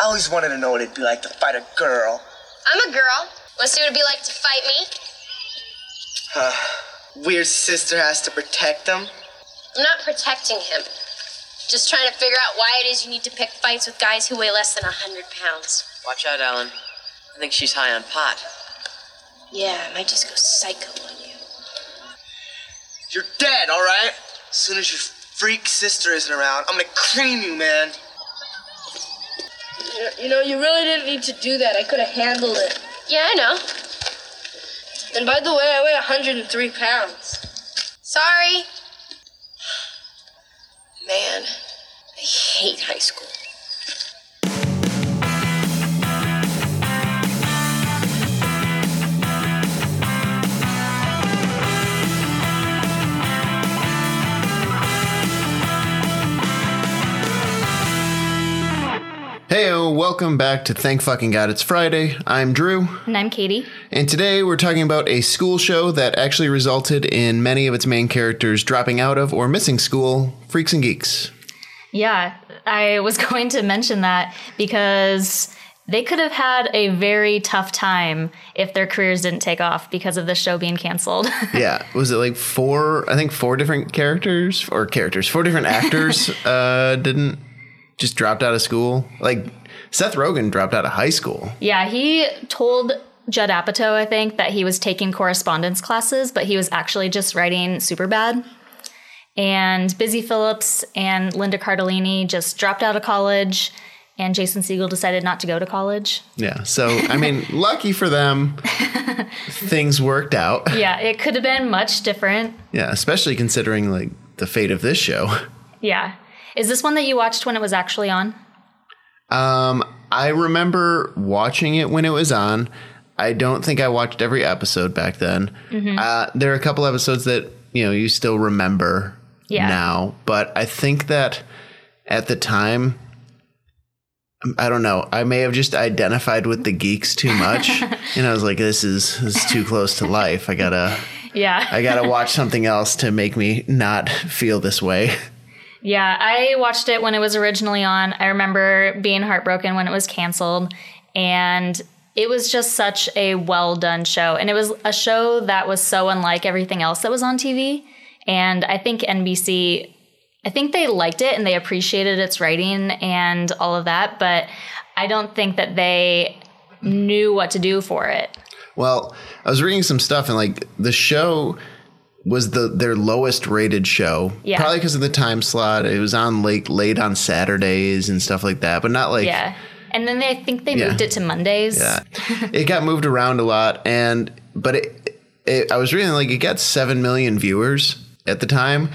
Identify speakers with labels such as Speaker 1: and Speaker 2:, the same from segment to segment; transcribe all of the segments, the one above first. Speaker 1: I always wanted to know what it'd be like to fight a girl.
Speaker 2: I'm a girl. Want to see what it'd be like to fight me?
Speaker 1: Weird sister has to protect them.
Speaker 2: I'm not protecting him. Just trying to figure out why it is you need to pick fights with guys who weigh less than 100 pounds.
Speaker 3: Watch out, Alan. I think she's high on pot.
Speaker 2: Yeah, I might just go psycho on you.
Speaker 1: You're dead, all right? As soon as your freak sister isn't around, I'm gonna cream you, man.
Speaker 4: You know, you really didn't need to do that. I could have handled it.
Speaker 2: Yeah, I know.
Speaker 4: And by the way, I weigh 103 pounds.
Speaker 2: Sorry. Man, I hate high school.
Speaker 5: Hey, welcome back to Thank Fucking God It's Friday. I'm Drew,
Speaker 6: And I'm Katie.
Speaker 5: and today we're talking about a school show that actually resulted in many of its main characters dropping out of or missing school Freaks and Geeks.
Speaker 6: Yeah, I was going to mention that because they could have had a very tough time if their careers didn't take off because of the show being canceled.
Speaker 5: Yeah, was it like four, I think four different characters or characters, four different actors uh, didn't just dropped out of school? Like Seth Rogen dropped out of high school.
Speaker 6: yeah, he told Judd Apatow, I think, that he was taking correspondence classes, but he was actually just writing Superbad. And Busy Phillips and Linda Cardellini just dropped out of college, and Jason Siegel decided not to go to college.
Speaker 5: Yeah, so I mean, lucky for them, things worked out.
Speaker 6: Yeah, it could have been much different.
Speaker 5: Yeah, especially considering like the fate of this show.
Speaker 6: Yeah. Is this one that you watched when it was actually on?
Speaker 5: Um, I remember watching it when it was on. I don't think I watched every episode back then. Uh, there are a couple episodes that you know you still remember
Speaker 6: Yeah.
Speaker 5: now, but I think that at the time, I don't know. I may have just identified with the geeks too much, and I was like, "This is this is too close to life. I gotta
Speaker 6: Yeah.
Speaker 5: I gotta watch something else to make me not feel this way."
Speaker 6: yeah, I watched it when it was originally on. I remember being heartbroken when it was canceled and it was just such a well done show. And it was a show that was so unlike everything else that was on TV. And I think NBC I think they liked it and they appreciated its writing and all of that, but I don't think that they knew what to do for it.
Speaker 5: Well, I was reading some stuff and like the show was the their lowest rated show.
Speaker 6: Yeah.
Speaker 5: Probably because of the time slot. It was on late late on Saturdays and stuff like that, but not like
Speaker 6: Yeah. And then they, I think they
Speaker 5: Yeah.
Speaker 6: moved it to Mondays.
Speaker 5: yeah. it got moved around a lot and but it, it I was reading like it got 7 million viewers at the time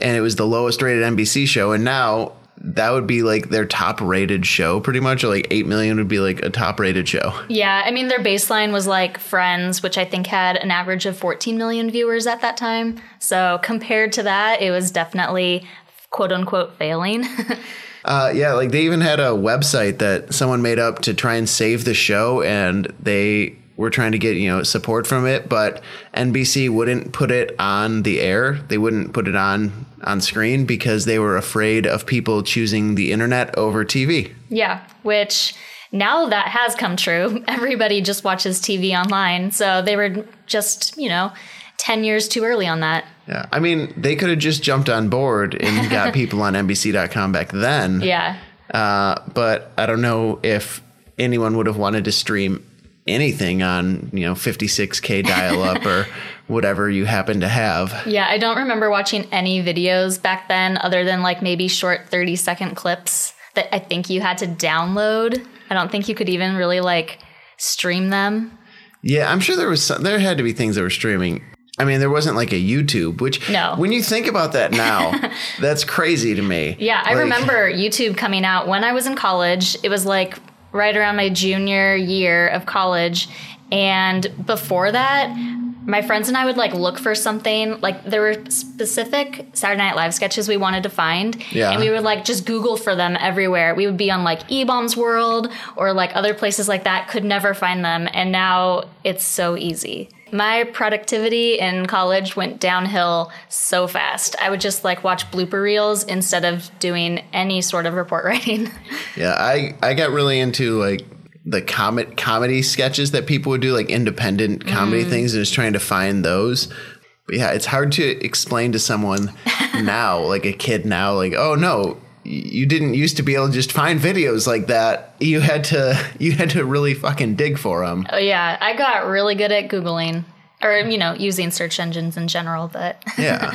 Speaker 5: and it was the lowest rated NBC show and now that would be like their top rated show pretty much or like 8 million would be like a top rated show.
Speaker 6: Yeah, I mean, their baseline was like Friends, which I think had an average of 14 million viewers at that time. So compared to that, it was definitely quote unquote failing.
Speaker 5: Uh, yeah, like they even had a website that someone made up to try and save the show, and they were trying to get you know support from it, but NBC wouldn't put it on the air. They wouldn't put it on on screen because they were afraid of people choosing the internet over TV.
Speaker 6: yeah, which now that has come true. Everybody just watches TV online. So they were just, you know, 10 years too early on that.
Speaker 5: Yeah, I mean they could have just jumped on board and got people on NBC.com back then.
Speaker 6: Yeah.
Speaker 5: Uh, but I don't know if anyone would have wanted to stream anything on you know 56k dial up or whatever you happen to have.
Speaker 6: Yeah, I don't remember watching any videos back then other than like maybe short 30 second clips that I think you had to download. I don't think you could even really like stream them.
Speaker 5: Yeah, I'm sure there was some, there had to be things that were streaming. I mean, there wasn't like a YouTube, which
Speaker 6: No.
Speaker 5: when you think about that now, that's crazy to me.
Speaker 6: Yeah, I
Speaker 5: Like,
Speaker 6: remember YouTube coming out when I was in college. It was like right around my junior year of college. And before that, my friends and I would like look for something. Like there were specific Saturday Night Live sketches we wanted to find.
Speaker 5: Yeah.
Speaker 6: And we would like just Google for them everywhere. We would be on like E Bombs World or like other places like that, could never find them. And now it's so easy. my productivity in college went downhill so fast. I would just like watch blooper reels instead of doing any sort of report writing.
Speaker 5: Yeah, I I got really into like the comet comedy sketches that people would do, like independent comedy things, and just trying to find those. But yeah, it's hard to explain to someone now, like a kid now, like, oh no, y- you didn't used to be able to just find videos like that. You had to you had to really fucking dig for them.
Speaker 6: but Oh, yeah, I got really good at Googling or, you know, using search engines in general. But
Speaker 5: Yeah.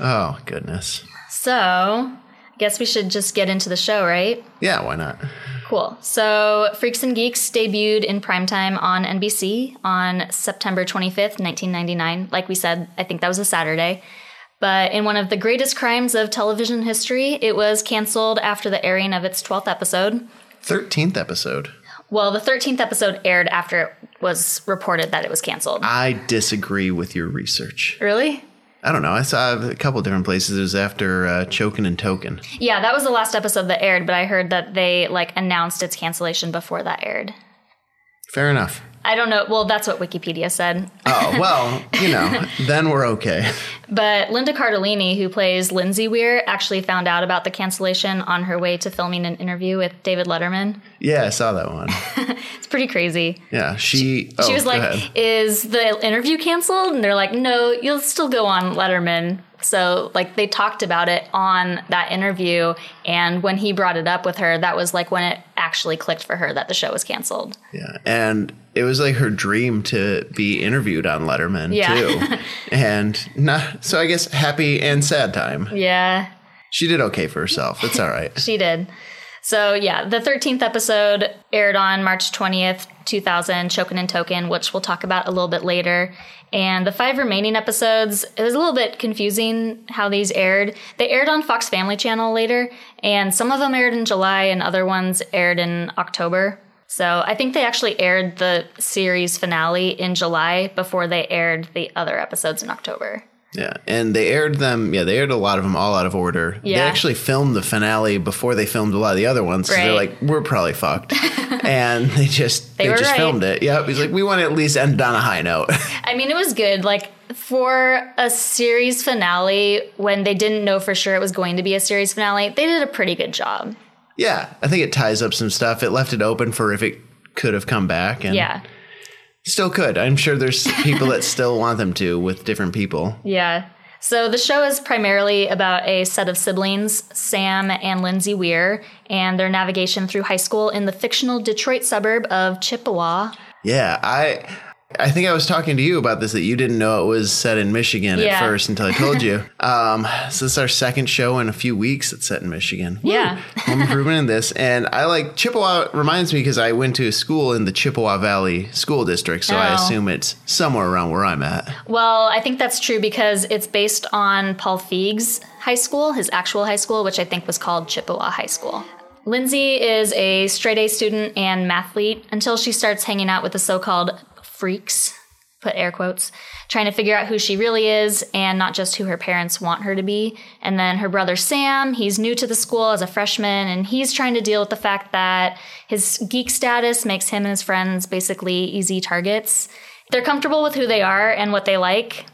Speaker 5: oh goodness.
Speaker 6: so I guess we should just get into the show, right?
Speaker 5: Yeah, why not?
Speaker 6: Cool. So Freaks and Geeks debuted in primetime on NBC on September 25th, 1999. Like we said, I think that was a Saturday. But in one of the greatest crimes of television history, it was canceled after the airing of its 12th episode.
Speaker 5: Thirteenth episode.
Speaker 6: Well, the 13th episode aired after it was reported that it was canceled.
Speaker 5: I disagree with your research.
Speaker 6: really?
Speaker 5: I don't know. I saw a couple different places. It was after uh, Chokin' and Token.
Speaker 6: Yeah, that was the last episode that aired, but I heard that they like announced its cancellation before that aired.
Speaker 5: Fair enough.
Speaker 6: I don't know. Well, that's what Wikipedia said.
Speaker 5: Oh, well, you know, then we're okay.
Speaker 6: But Linda Cardellini, who plays Lindsay Weir, actually found out about the cancellation on her way to filming an interview with David Letterman.
Speaker 5: Yeah, I saw that one.
Speaker 6: It's pretty crazy.
Speaker 5: Yeah, she.
Speaker 6: she
Speaker 5: oh,
Speaker 6: was
Speaker 5: go
Speaker 6: like,
Speaker 5: ahead.
Speaker 6: "Is the interview canceled?" And they're like, "No, you'll still go on Letterman." So, like, they talked about it on that interview, and when he brought it up with her, that was like when it actually clicked for her that the show was canceled.
Speaker 5: yeah, and it was like her dream to be interviewed on Letterman
Speaker 6: Yeah.
Speaker 5: too, and not. So I guess happy and sad time.
Speaker 6: Yeah,
Speaker 5: She did okay for herself. It's all right.
Speaker 6: She did. So yeah, the thirteenth episode aired on March twentieth, two thousand, Chokin and Token, which we'll talk about a little bit later. And the five remaining episodes, it was a little bit confusing how these aired. They aired on Fox Family Channel later, and some of them aired in July, and other ones aired in October. So I think they actually aired the series finale in July before they aired the other episodes in October.
Speaker 5: Yeah, and they aired them. Yeah, they aired a lot of them all out of order. They
Speaker 6: Yeah.
Speaker 5: actually filmed the finale before they filmed a lot of the other ones. 'cause They're
Speaker 6: Right.
Speaker 5: like, we're probably fucked, and they just they,
Speaker 6: were
Speaker 5: just
Speaker 6: right.
Speaker 5: filmed it. Yeah, he's like, we want to at least end on a high note.
Speaker 6: I mean, it was good. Like for a series finale, when they didn't know for sure it was going to be a series finale, they did a pretty good job.
Speaker 5: yeah, I think it ties up some stuff. It left it open for if it could have come back. And
Speaker 6: Yeah.
Speaker 5: Still could. I'm sure there's people that still want them to with different people.
Speaker 6: Yeah. So the show is primarily about a set of siblings, Sam and Lindsay Weir, and their navigation through high school in the fictional Detroit suburb of Chippewa.
Speaker 5: Yeah, I I think I was talking to you about this that you didn't know it was set in Michigan at
Speaker 6: Yeah.
Speaker 5: first until I told you. um, so this is our second show in a few weeks that's set in Michigan. Woo!
Speaker 6: Yeah.
Speaker 5: Home improvement in this, and I like Chippewa reminds me because I went to a school in the Chippewa Valley School District, so I
Speaker 6: Oh.
Speaker 5: assume it's somewhere around where I'm at.
Speaker 6: Well, I think that's true because it's based on Paul Feig's high school, his actual high school, which I think was called Chippewa High School. Lindsay is a straight A student and mathlete until she starts hanging out with the so called freaks, put air quotes, trying to figure out who she really is and not just who her parents want her to be. And then her brother Sam, he's new to the school as a freshman and he's trying to deal with the fact that his geek status makes him and his friends basically easy targets. They're comfortable with who they are and what they like,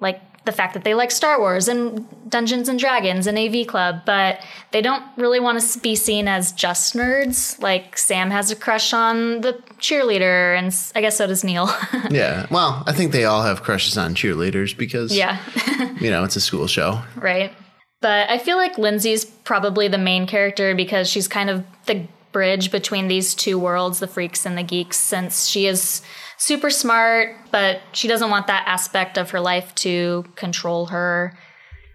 Speaker 6: like the fact that they like Star Wars and Dungeons and Dragons and AV Club, but they don't really want to be seen as just nerds. Like Sam has a crush on the cheerleader, and s- I guess so does Neil.
Speaker 5: Yeah. Well, I think they all have crushes on cheerleaders because
Speaker 6: yeah,
Speaker 5: you know, it's a school show.
Speaker 6: right. But I feel like Lindsay's probably the main character because she's kind of the bridge between these two worlds, the freaks and the geeks, since she is super smart, but she doesn't want that aspect of her life to control her.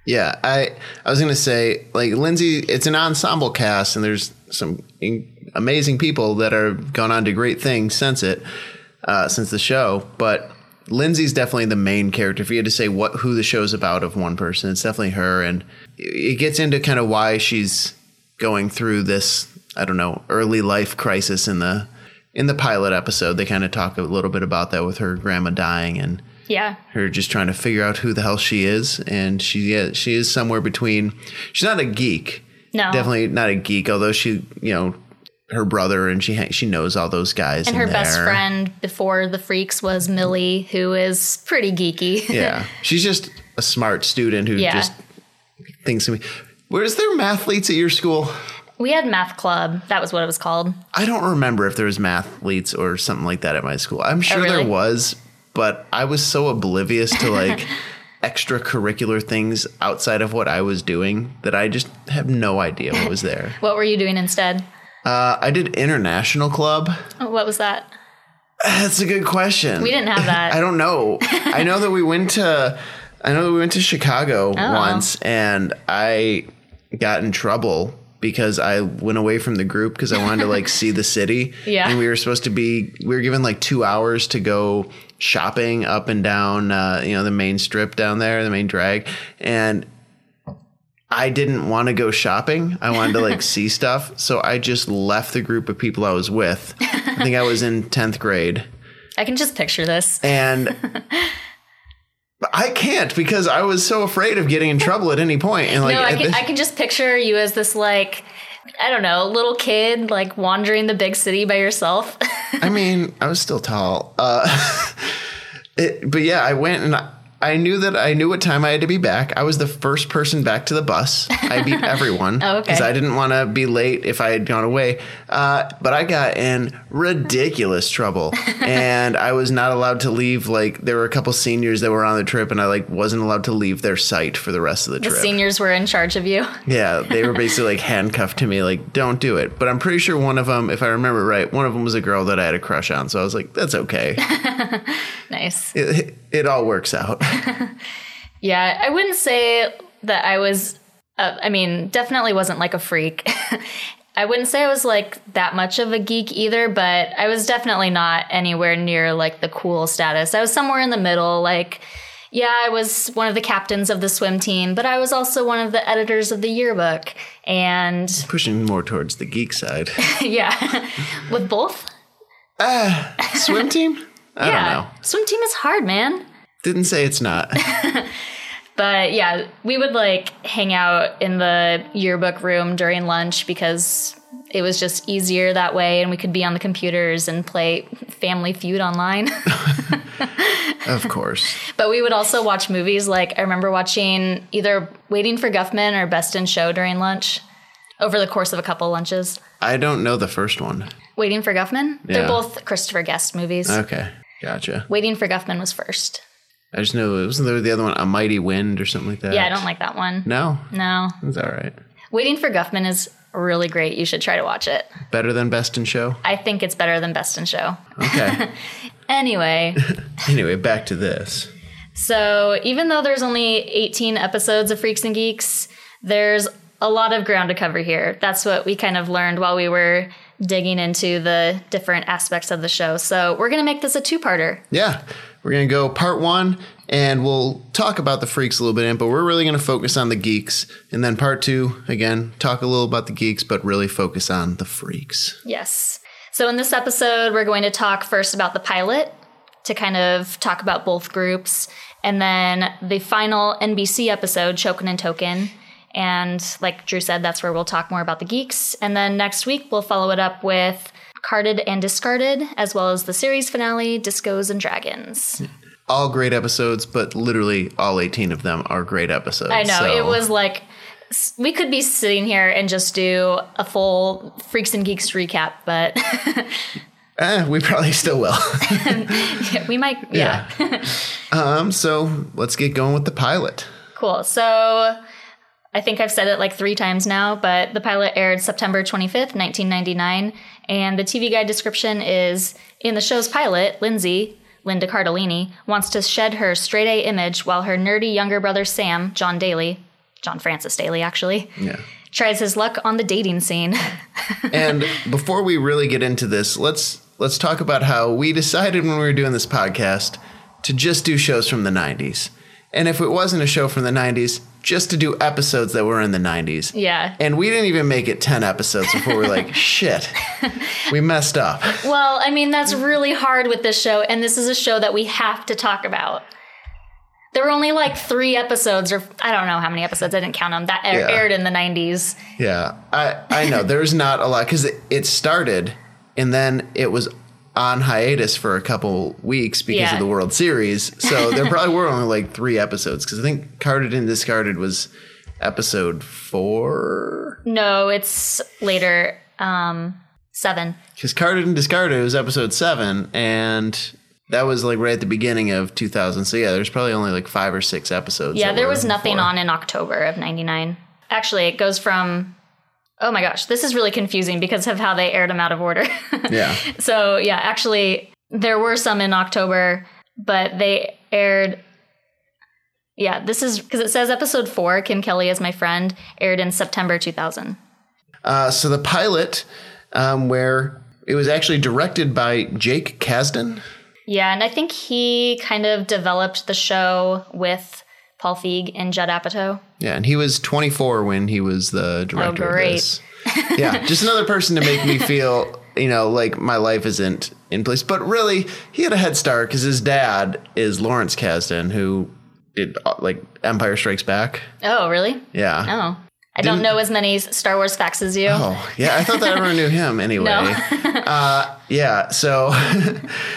Speaker 5: Yeah, I I was gonna say like Lindsay, it's an ensemble cast, and there's some in- amazing people that are gone on to great things since it, uh, since the show. But Lindsay's definitely the main character. If you had to say what who the show's about of one person, it's definitely her, and it gets into kind of why she's going through this. I don't know early life crisis in the in the pilot episode. They kind of talk a little bit about that with her grandma dying and
Speaker 6: Yeah.
Speaker 5: her just trying to figure out who the hell she is and she yeah, she is somewhere between she's not a geek
Speaker 6: No.
Speaker 5: definitely not a geek although she you know her brother, and she ha- she knows all those guys.
Speaker 6: And
Speaker 5: in
Speaker 6: her best
Speaker 5: there.
Speaker 6: friend before the freaks was Millie, who is pretty geeky.
Speaker 5: Yeah, she's just a smart student who
Speaker 6: Yeah.
Speaker 5: just thinks. Where's there mathletes at your school?
Speaker 6: we had math club. That was what it was called.
Speaker 5: I don't remember if there was mathletes or something like that at my school. I'm sure
Speaker 6: Oh, really?
Speaker 5: there was, but I was so oblivious to like extracurricular things outside of what I was doing that I just have no idea what was there.
Speaker 6: What were you doing instead? Oh,
Speaker 5: Uh, I did international club.
Speaker 6: What was that?
Speaker 5: That's a good question.
Speaker 6: We didn't have that.
Speaker 5: I don't know. I know that we went to I know that we went to Chicago
Speaker 6: Oh.
Speaker 5: once and I got in trouble because I went away from the group because I wanted to like see the city.
Speaker 6: Yeah.
Speaker 5: And we were supposed to be we were given like two hours to go shopping up and down uh, you know, the main strip down there, the main drag. And I didn't want to go shopping. I wanted to like see stuff. So I just left the group of people I was with. I think I was in 10th grade
Speaker 6: I can just picture this.
Speaker 5: and but I can't because I was so afraid of getting in trouble at any point. And like,
Speaker 6: no, I
Speaker 5: at
Speaker 6: can,
Speaker 5: the-
Speaker 6: I can just picture you as this like I don't know, little kid like wandering the big city by yourself.
Speaker 5: I mean, I was still tall. Uh, it, but yeah, I went and I, I knew that I knew what time I had to be back. I was the first person back to the bus. I beat everyone
Speaker 6: Oh, okay.
Speaker 5: I didn't want to be late if I had gone away. Uh, but I got in ridiculous trouble, and I was not allowed to leave. Like there were a couple seniors that were on the trip, and I like wasn't allowed to leave their site for the rest of the
Speaker 6: the
Speaker 5: trip.
Speaker 6: seniors were in charge of you.
Speaker 5: Yeah, they were basically like handcuffed to me, like don't do it. But I'm pretty sure one of them, if I remember right, one of them was a girl that I had a crush on. So I was like, that's okay.
Speaker 6: Nice.
Speaker 5: It, it all works out.
Speaker 6: Yeah, I wouldn't say that I was. Uh, I mean, definitely wasn't like a freak. I wouldn't say I was like that much of a geek either, but I was definitely not anywhere near like the cool status. I was somewhere in the middle. Like, yeah, I was one of the captains of the swim team, but I was also one of the editors of the yearbook. And
Speaker 5: Pushing more towards the geek side.
Speaker 6: yeah, with both.
Speaker 5: Swim team? I
Speaker 6: yeah.
Speaker 5: don't know.
Speaker 6: Swim team is hard, man.
Speaker 5: Didn't say it's not.
Speaker 6: But yeah, we would like hang out in the yearbook room during lunch because it was just easier that way and we could be on the computers and play Family Feud online.
Speaker 5: Of course.
Speaker 6: but we would also watch movies like I remember watching either Waiting for Guffman or Best in Show during lunch over the course of a couple lunches.
Speaker 5: I don't know the first one.
Speaker 6: Waiting for Guffman? They're
Speaker 5: Yeah.
Speaker 6: both Christopher Guest movies.
Speaker 5: Okay. Gotcha.
Speaker 6: Waiting for Guffman was first.
Speaker 5: I just know it wasn't there the other one, A Mighty Wind or something like that.
Speaker 6: Yeah, I don't like that one.
Speaker 5: No,
Speaker 6: No.
Speaker 5: it's all right.
Speaker 6: Waiting for Guffman is really great. You should try to watch it.
Speaker 5: Better than Best in Show.
Speaker 6: I think it's better than Best in Show.
Speaker 5: Okay.
Speaker 6: Anyway,
Speaker 5: anyway, back to this.
Speaker 6: so even though there's only 18 episodes of Freaks and Geeks, there's a lot of ground to cover here. That's what we kind of learned while we were digging into the different aspects of the show. So we're going to make this a two parter.
Speaker 5: Yeah. We're going to go part one and we'll talk about the freaks a little bit, but we're really going to focus on the geeks. And then part two, again, talk a little about the geeks, but really focus on the freaks.
Speaker 6: Yes. So in this episode, we're going to talk first about the pilot to kind of talk about both groups, and then the final NBC episode, Chokin and Token. And like Drew said, that's where we'll talk more about the geeks. And then next week, we'll follow it up with Carded and Discarded, as well as the series finale, Discos and Dragons.
Speaker 5: All great episodes, but literally all 18 of them are great episodes.
Speaker 6: I know,
Speaker 5: so-
Speaker 6: it was like. s- We could be sitting here and just do a full Freaks and Geeks recap, but
Speaker 5: Eh, we probably still will.
Speaker 6: we might, yeah.
Speaker 5: um, so let's get going with the pilot.
Speaker 6: Cool. So I think I've said it like three times now, but the pilot aired September 25th, 1999. And the TV guide description is in the show's pilot, Lindsay, Linda Cardellini, wants to shed her straight A image while her nerdy younger brother Sam, John Daly, John Francis Daly actually,
Speaker 5: Yeah.
Speaker 6: tries his luck on the dating scene.
Speaker 5: and before we really get into this, let's let's talk about how we decided when we were doing this podcast to just do shows from the 90s. And if it wasn't a show from the 90s, just to do episodes that were in the 90s.
Speaker 6: yeah.
Speaker 5: And we didn't even make it 10 episodes before we were like, shit, we messed up.
Speaker 6: Well, I mean, that's really hard with this show, and this is a show that we have to talk about. There were only like three episodes, or I don't know how many episodes. I didn't count them. That air-
Speaker 5: Yeah.
Speaker 6: aired in the '90s.
Speaker 5: Yeah, I I know there's not a lot because it, it started and then it was on hiatus for a couple weeks because
Speaker 6: Yeah.
Speaker 5: of the World Series. So there probably were only like three episodes because I think carded and discarded was episode four
Speaker 6: No, it's later. Um, seven.
Speaker 5: because carded and discarded was episode seven and that was like right at the beginning of 2000 so yeah there's probably only like five or six episodes
Speaker 6: Yeah,
Speaker 5: that
Speaker 6: there
Speaker 5: were
Speaker 6: was nothing
Speaker 5: before.
Speaker 6: on in October of 99. Actually, it goes from Oh my gosh, this is really confusing because of how they aired them out of order.
Speaker 5: yeah
Speaker 6: so, yeah, actually there were some in October, but they aired Yeah, this is because it says episode 4 Kim Kelly is my friend aired in September 2000.
Speaker 5: Uh, so the pilot, um, where it was actually directed by Jake Kasdan.
Speaker 6: Yeah, and I think he kind of developed the show with Paul Feig and Judd Apatow.
Speaker 5: Yeah, and he was 24 when he was the director. of
Speaker 6: great.
Speaker 5: this. yeah, just another person to make me feel, you know, like my life isn't in place. But really, he had a head start because his dad is Lawrence Kasdan, who did uh, like Empire Strikes Back.
Speaker 6: Oh, really?
Speaker 5: Yeah.
Speaker 6: Oh. I don't
Speaker 5: Didn't-
Speaker 6: know as many Star Wars facts as you.
Speaker 5: Oh, yeah. I thought that everyone knew him anyway. uh, yeah. So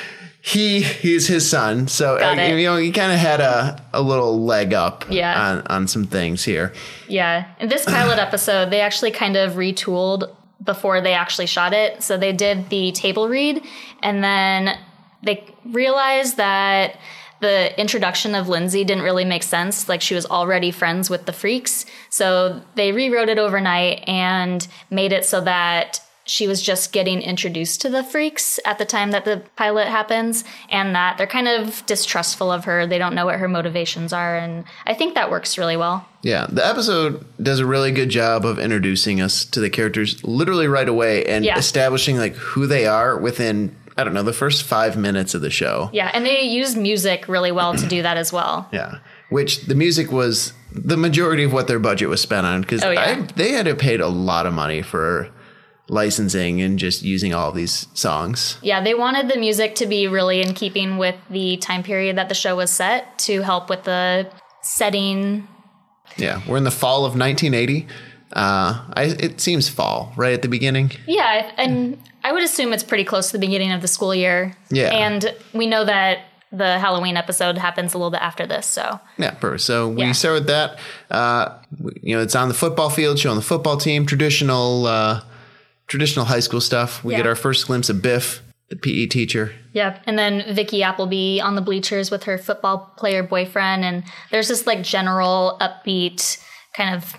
Speaker 5: he he's his son. So uh,
Speaker 6: Got it.
Speaker 5: you know he kind of had a a little leg up
Speaker 6: Yeah.
Speaker 5: on on some things here.
Speaker 6: Yeah. In this pilot episode, they actually kind of retooled before they actually shot it. So they did the table read and then they realized that the introduction of Lindsay didn't really make sense. Like she was already friends with the freaks. So they rewrote it overnight and made it so that she was just getting introduced to the freaks at the time that the pilot happens and that they're kind of distrustful of her. They don't know what her motivations are. And I think that works really well.
Speaker 5: Yeah, the episode does a really good job of introducing us to the characters literally right away and
Speaker 6: Yeah.
Speaker 5: establishing like who they are within I don't know the first five minutes of the show.
Speaker 6: Yeah, and they used music really well to do that as well.
Speaker 5: Yeah. Which the music was the majority of what their budget was spent on because
Speaker 6: Oh, yeah.
Speaker 5: they had to paid a lot of money for licensing and just using all these songs.
Speaker 6: Yeah, they wanted the music to be really in keeping with the time period that the show was set to help with the setting.
Speaker 5: Yeah. We're in the fall of 1980. Uh, I, it seems fall right at the beginning.
Speaker 6: Yeah, and I would assume it's pretty close to the beginning of the school year.
Speaker 5: Yeah.
Speaker 6: And we know that the Halloween episode happens a little bit after this, so.
Speaker 5: Yeah, perfect. So we
Speaker 6: Yeah.
Speaker 5: start with that. Uh, we- you know, it's on the football field, showing the football team, traditional, uh, traditional high school stuff. We get
Speaker 6: Yeah.
Speaker 5: our first glimpse of Biff, the PE teacher.
Speaker 6: Yep. And then Vicky Appleby on the bleachers with her football player boyfriend. And there's this like general upbeat kind of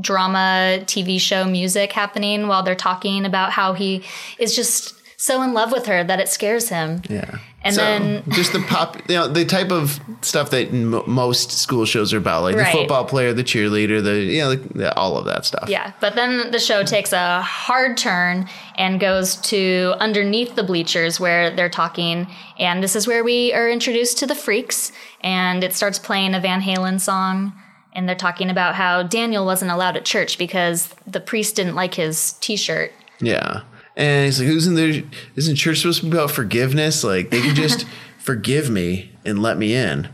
Speaker 6: drama TV show music happening while they're talking about how he is just so in love with her that it scares him.
Speaker 5: Yeah.
Speaker 6: And
Speaker 5: so
Speaker 6: then-
Speaker 5: just the pop, you know, the type of stuff that m- most school shows are about, like
Speaker 6: Right.
Speaker 5: the football player, the cheerleader, the you know, the, the, all of that stuff.
Speaker 6: Yeah, but then the show takes a hard turn and goes to underneath the bleachers where they're talking. And this is where we are introduced to the freaks. And it starts playing a Van Halen song. And they're talking about how Daniel wasn't allowed at church because the priest didn't like his t shirt.
Speaker 5: Yeah. And he's like, who's in there? Isn't church supposed to be about forgiveness? Like, they can just forgive me and let me in.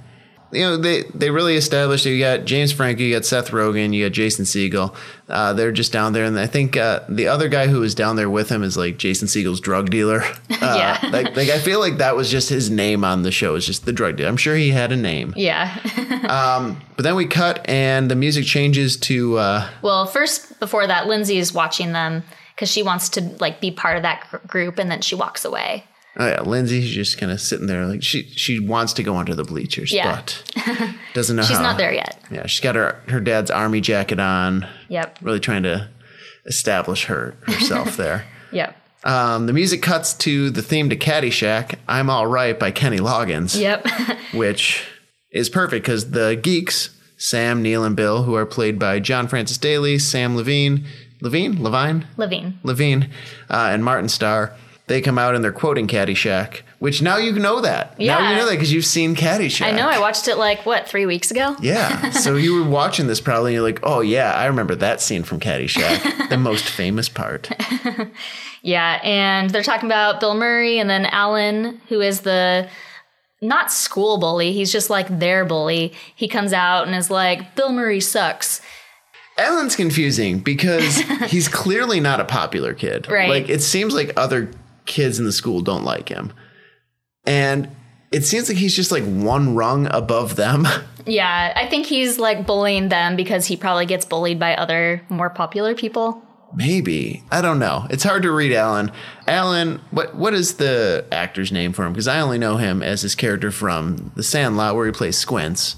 Speaker 5: You know, they, they really established you got James Franco, you got Seth Rogen, you got Jason Siegel. Uh, they're just down there. And I think uh, the other guy who was down there with him is like Jason Siegel's drug dealer. Uh,
Speaker 6: Yeah.
Speaker 5: Like, like, I feel like that was just his name on the show, it's just the drug dealer. I'm sure he had a name.
Speaker 6: Yeah.
Speaker 5: But then we cut and the music changes to. Uh,
Speaker 6: well, first, before that, Lindsay is watching them because she wants to like be part of that gr- group. And then she walks away.
Speaker 5: Oh yeah, Lindsay's just kind of sitting there like she she wants to go under the bleachers,
Speaker 6: Yeah.
Speaker 5: but doesn't know
Speaker 6: She's
Speaker 5: how.
Speaker 6: not there yet.
Speaker 5: Yeah, she's got her her dad's army jacket on,
Speaker 6: Yep.
Speaker 5: really trying to establish her herself there.
Speaker 6: Yep.
Speaker 5: Um, the music cuts to the theme to Caddyshack, "I'm All Right" by Kenny Loggins,
Speaker 6: Yep.
Speaker 5: which is perfect because the geeks Sam, Neil, and Bill, who are played by John Francis Daly, Sam Levine, Levine, Levine,
Speaker 6: Levine.
Speaker 5: Levine uh, and Martin Starr, they come out and they're quoting Caddyshack, which now you know that. Now
Speaker 6: Yeah.
Speaker 5: you know that because you've seen Caddyshack.
Speaker 6: I know. I watched it like, what, three weeks ago?
Speaker 5: Yeah. So you were watching this probably and you're like, oh, yeah, I remember that scene from Caddyshack, the most famous part.
Speaker 6: Yeah, and they're talking about Bill Murray and then Alan, who is the not school bully, he's just like their bully. He comes out and is like, Bill Murray sucks.
Speaker 5: Ellen's confusing because he's clearly not a popular kid.
Speaker 6: Right.
Speaker 5: Like it seems like other kids in the school don't like him. And it seems like he's just like one rung above them.
Speaker 6: Yeah, I think he's like bullying them because he probably gets bullied by other more popular people.
Speaker 5: Maybe. I don't know. It's hard to read Alan. Alan, what what is the actor's name for him? Because I only know him as his character from The Sandlot where he plays Squints.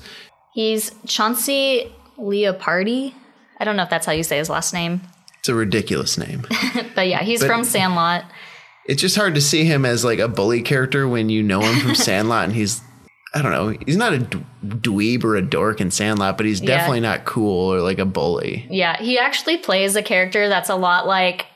Speaker 6: He's Chauncey Leopardi. I don't know if that's how you say his last name,
Speaker 5: It's a ridiculous name.
Speaker 6: but yeah, he's
Speaker 5: But-
Speaker 6: from Sandlot.
Speaker 5: it's just hard to see him as like a bully character when you know him from Sandlot and he's I don't know, he's not a d- dweeb or a dork in Sandlot, but he's
Speaker 6: Yeah.
Speaker 5: definitely not cool or like a bully.
Speaker 6: Yeah, he actually plays a character that's a lot like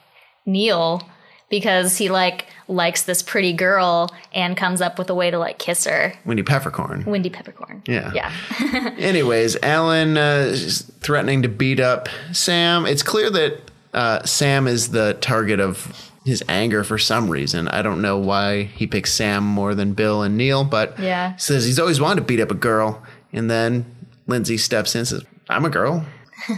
Speaker 6: Neil because he like likes this pretty girl and comes up with a way to like kiss her.
Speaker 5: Winnie Peppercorn.
Speaker 6: Windy Peppercorn.
Speaker 5: Yeah.
Speaker 6: Yeah.
Speaker 5: Anyways, Alan uh, is threatening to beat up Sam. It's clear that uh, Sam is the target of his anger for some reason. I don't know why he picks Sam more than Bill and Neil, but
Speaker 6: Yeah.
Speaker 5: says he's always wanted to beat up a girl. And then Lindsay steps in and says, I'm a girl.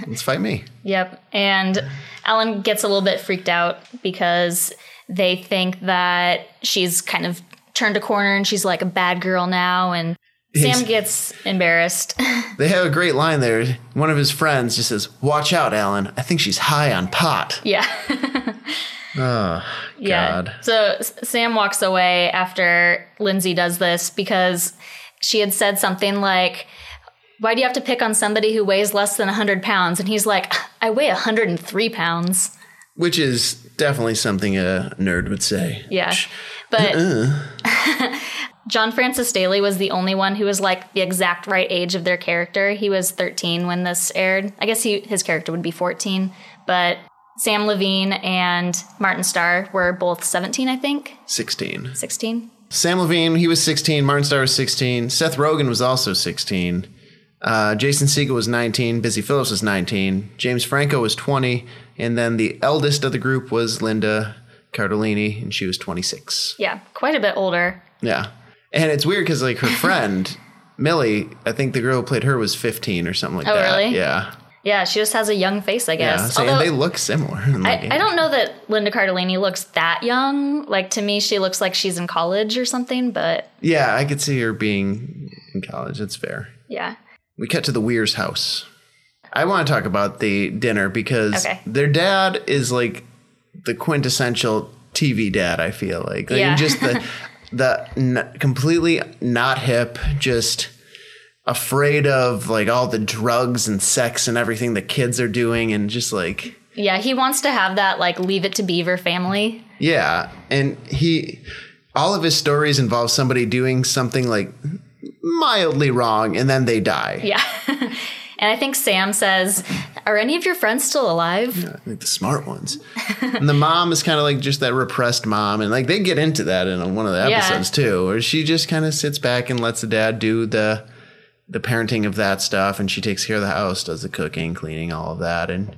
Speaker 5: Let's fight me.
Speaker 6: Yep. And Alan gets a little bit freaked out because they think that she's kind of turned a corner and she's like a bad girl now. And Sam gets embarrassed.
Speaker 5: They have a great line there. One of his friends just says, Watch out, Alan. I think she's high on pot.
Speaker 6: yeah.
Speaker 5: God.
Speaker 6: So S- Sam walks away after Lindsay does this because she had said something like, why do you have to pick on somebody who weighs less than 100 pounds? And he's like, I weigh 103 pounds.
Speaker 5: Which is definitely something a nerd would say.
Speaker 6: Yeah. But John Francis Daly was the only one who was like the exact right age of their character. He was 13 when this aired. I guess he, his character would be 14, but Sam Levine and Martin Starr were both 17, I think.
Speaker 5: 16.
Speaker 6: 16.
Speaker 5: Sam Levine, he was 16. Martin Starr was 16. Seth Rogen was also 16. Uh, Jason Segel was 19. Busy Phillips was 19. James Franco was 20. And then the eldest of the group was Linda Cardellini, and she was 26.
Speaker 6: Yeah, quite a bit older.
Speaker 5: Yeah. And it's weird because, like, her friend, Millie, I think the girl who played her was 15 or something like
Speaker 6: Oh,
Speaker 5: that.
Speaker 6: really?
Speaker 5: Yeah.
Speaker 6: Yeah, she just has a young face, I
Speaker 5: Yeah.
Speaker 6: guess.
Speaker 5: So, and
Speaker 6: Although,
Speaker 5: they look similar. in the game.
Speaker 6: I, I don't know that Linda Cardellini looks that young. Like, to me, she looks like she's in college or something, but
Speaker 5: Yeah, I could see her being in college. It's fair.
Speaker 6: yeah.
Speaker 5: We cut to the Weir's house. I want to talk about the dinner because
Speaker 6: Okay.
Speaker 5: their dad is like the quintessential TV dad. I feel like, like
Speaker 6: Yeah.
Speaker 5: just the the n- completely not hip, just afraid of like all the drugs and sex and everything the kids are doing, and just like
Speaker 6: Yeah, he wants to have that, like, leave it to Beaver family.
Speaker 5: Yeah, and he all of his stories involve somebody doing something like mildly wrong and then they die.
Speaker 6: Yeah. and I think Sam says, Are any of your friends still alive?
Speaker 5: I think the smart ones. and the mom is kind of like just that repressed mom and like they get into that in one of the
Speaker 6: Yeah.
Speaker 5: episodes too where she just kind of sits back and lets the dad do the the parenting of that stuff and she takes care of the house, does the cooking, cleaning, all of that and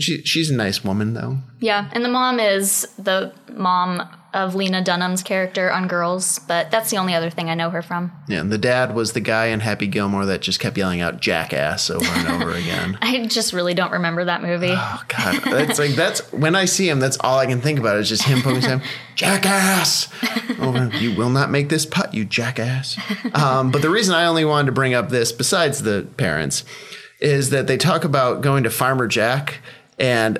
Speaker 5: she she's a nice woman though.
Speaker 6: Yeah. And the mom is the mom of Lena Dunham's character on Girls, but that's the only other thing I know her from.
Speaker 5: Yeah, and the dad was the guy in Happy Gilmore that just kept yelling out jackass over and over again.
Speaker 6: I just really don't remember that movie.
Speaker 5: Oh God, that's like that's when I see him. That's all I can think about is just him poking his hand, jackass. Oh, you will not make this putt, you jackass. Um, but the reason I only wanted to bring up this, besides the parents, is that they talk about going to Farmer Jack and.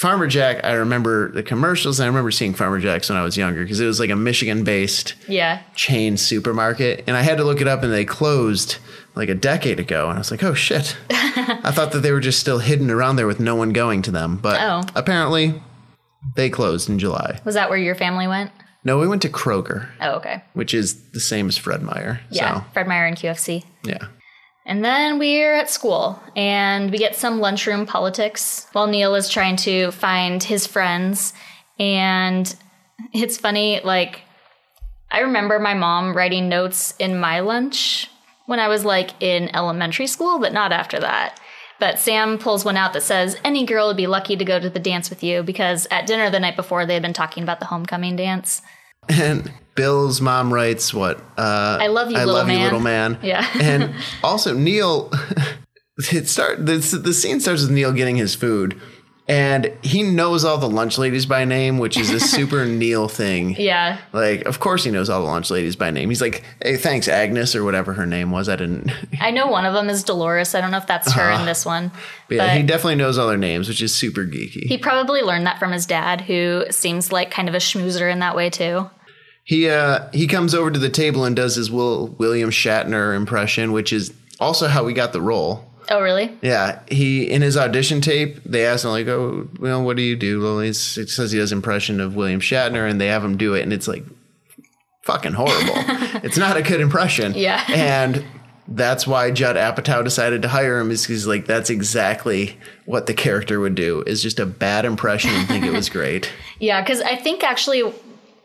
Speaker 5: Farmer Jack, I remember the commercials. And I remember seeing Farmer Jack's when I was younger because it was like a Michigan based
Speaker 6: yeah.
Speaker 5: chain supermarket. And I had to look it up and they closed like a decade ago. And I was like, oh shit. I thought that they were just still hidden around there with no one going to them. But
Speaker 6: Oh.
Speaker 5: apparently they closed in July.
Speaker 6: Was that where your family went?
Speaker 5: No, we went to Kroger,
Speaker 6: Oh, okay.
Speaker 5: which is the same as Fred Meyer.
Speaker 6: Yeah. Fred Meyer and QFC.
Speaker 5: So, yeah.
Speaker 6: And then we're at school and we get some lunchroom politics while Neil is trying to find his friends. And it's funny, like, I remember my mom writing notes in my lunch when I was like in elementary school, but not after that. But Sam pulls one out that says, Any girl would be lucky to go to the dance with you because at dinner the night before they had been talking about the homecoming dance.
Speaker 5: And Bill's mom writes what? Uh,
Speaker 6: I love you, little man.
Speaker 5: little man.
Speaker 6: Yeah.
Speaker 5: and also Neil. It start this the scene starts with Neil getting his food, and he knows all the lunch ladies by name, which is a super Neil thing.
Speaker 6: Yeah.
Speaker 5: Like, of course he knows all the lunch ladies by name. He's like, "Hey, thanks, Agnes, or whatever her name was. I didn't."
Speaker 6: I know one of them is Dolores. I don't know if that's her in this one.
Speaker 5: But Uh-huh. yeah,
Speaker 6: but
Speaker 5: he definitely knows all their names, which is super geeky.
Speaker 6: he probably learned that from his dad, who seems like kind of a schmoozer in that way too.
Speaker 5: He uh he comes over to the table and does his Will William Shatner impression, which is also how we got the role.
Speaker 6: Oh, really?
Speaker 5: Yeah, he in his audition tape, they asked him like, "Oh, well, what do you do?" Well, he's, it says he does impression of William Shatner, and they have him do it, and it's like fucking horrible. it's not a good impression.
Speaker 6: Yeah.
Speaker 5: and that's why Judd Apatow decided to hire him is because like that's exactly what the character would do is just a bad impression and think it was great.
Speaker 6: Yeah, because I think actually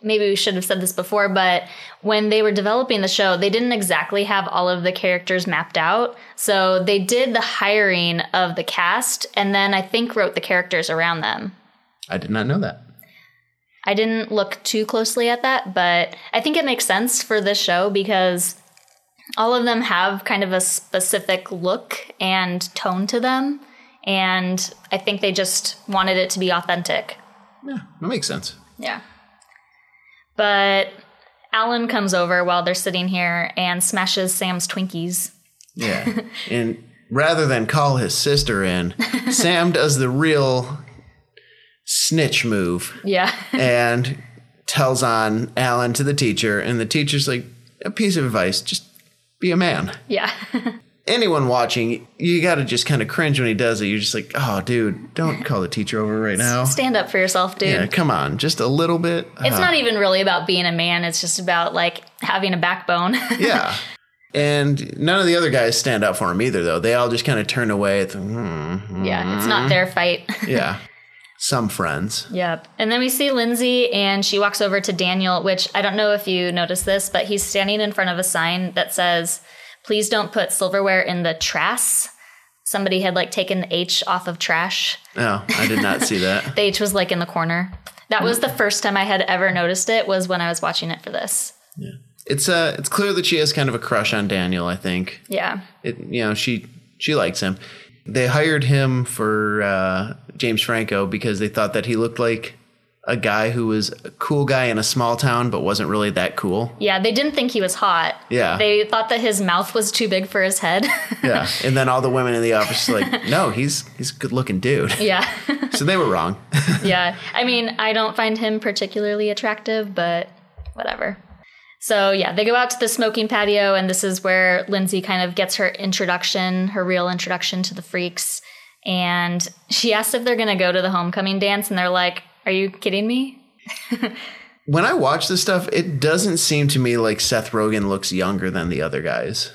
Speaker 6: maybe we should have said this before, but when they were developing the show, they didn't exactly have all of the characters mapped out. So they did the hiring of the cast and then I think wrote the characters around them.
Speaker 5: I did not know that.
Speaker 6: I didn't look too closely at that, but I think it makes sense for this show because all of them have kind of a specific look and tone to them. And I think they just wanted it to be authentic.
Speaker 5: That makes sense.
Speaker 6: Yeah. But Alan comes over while they're sitting here and smashes Sam's Twinkies.
Speaker 5: Yeah. and rather than call his sister in, Sam does the real snitch move
Speaker 6: Yeah.
Speaker 5: and tells on Alan to the teacher. And the teacher's like, a piece of advice just be a man.
Speaker 6: Yeah.
Speaker 5: Anyone watching, you got to just kind of cringe when he does it. You're just like, oh, dude, don't call the teacher over right now.
Speaker 6: Stand up for yourself, dude.
Speaker 5: Yeah, come on, just a little bit.
Speaker 6: It's
Speaker 5: Uh,
Speaker 6: not even really about being a man, it's just about like having a backbone.
Speaker 5: yeah. And none of the other guys stand up for him either, though. They all just kind of turn away. It's like, hmm, hmm.
Speaker 6: yeah, it's not their fight.
Speaker 5: yeah. Some friends.
Speaker 6: Yep. And then we see Lindsay and she walks over to Daniel, which I don't know if you noticed this, but he's standing in front of a sign that says, please don't put silverware in the trash. Somebody had like taken the H off of trash.
Speaker 5: Oh, I did not see that.
Speaker 6: The H was like in the corner. That was the first time I had ever noticed it was when I was watching it for this.
Speaker 5: It's uh it's clear that she has kind of a crush on Daniel, I think.
Speaker 6: Yeah.
Speaker 5: It you know, she she likes him. They hired him for uh James Franco because they thought that he looked like a guy who was a cool guy in a small town but wasn't really that cool.
Speaker 6: Yeah, they didn't think he was hot.
Speaker 5: Yeah.
Speaker 6: They thought that his mouth was too big for his head.
Speaker 5: Yeah. and then all the women in the office were like, "No, he's he's a good-looking dude."
Speaker 6: yeah.
Speaker 5: So they were wrong.
Speaker 6: yeah. I mean, I don't find him particularly attractive, but whatever. So, yeah, they go out to the smoking patio, and this is where Lindsay kind of gets her introduction, her real introduction to the freaks. And she asks if they're going to go to the homecoming dance, and they're like, Are you kidding me?
Speaker 5: When I watch this stuff, it doesn't seem to me like Seth Rogen looks younger than the other guys.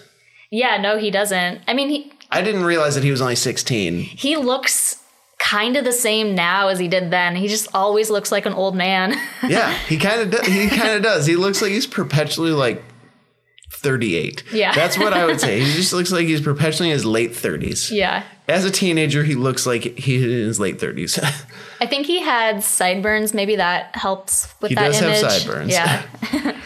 Speaker 6: Yeah, no, he doesn't. I mean, he,
Speaker 5: I didn't realize that he was only 16.
Speaker 6: he looks kind of the same now as he did then. He just always looks like an old man.
Speaker 5: Yeah, he kind of does. He kind of does. He looks like he's perpetually like 38.
Speaker 6: Yeah.
Speaker 5: That's what I would say. He just looks like he's perpetually in his late 30s.
Speaker 6: yeah.
Speaker 5: As a teenager, he looks like he's in his late 30s.
Speaker 6: I think he had sideburns. Maybe that helps with
Speaker 5: he
Speaker 6: that
Speaker 5: does
Speaker 6: image.
Speaker 5: have sideburns.
Speaker 6: Yeah.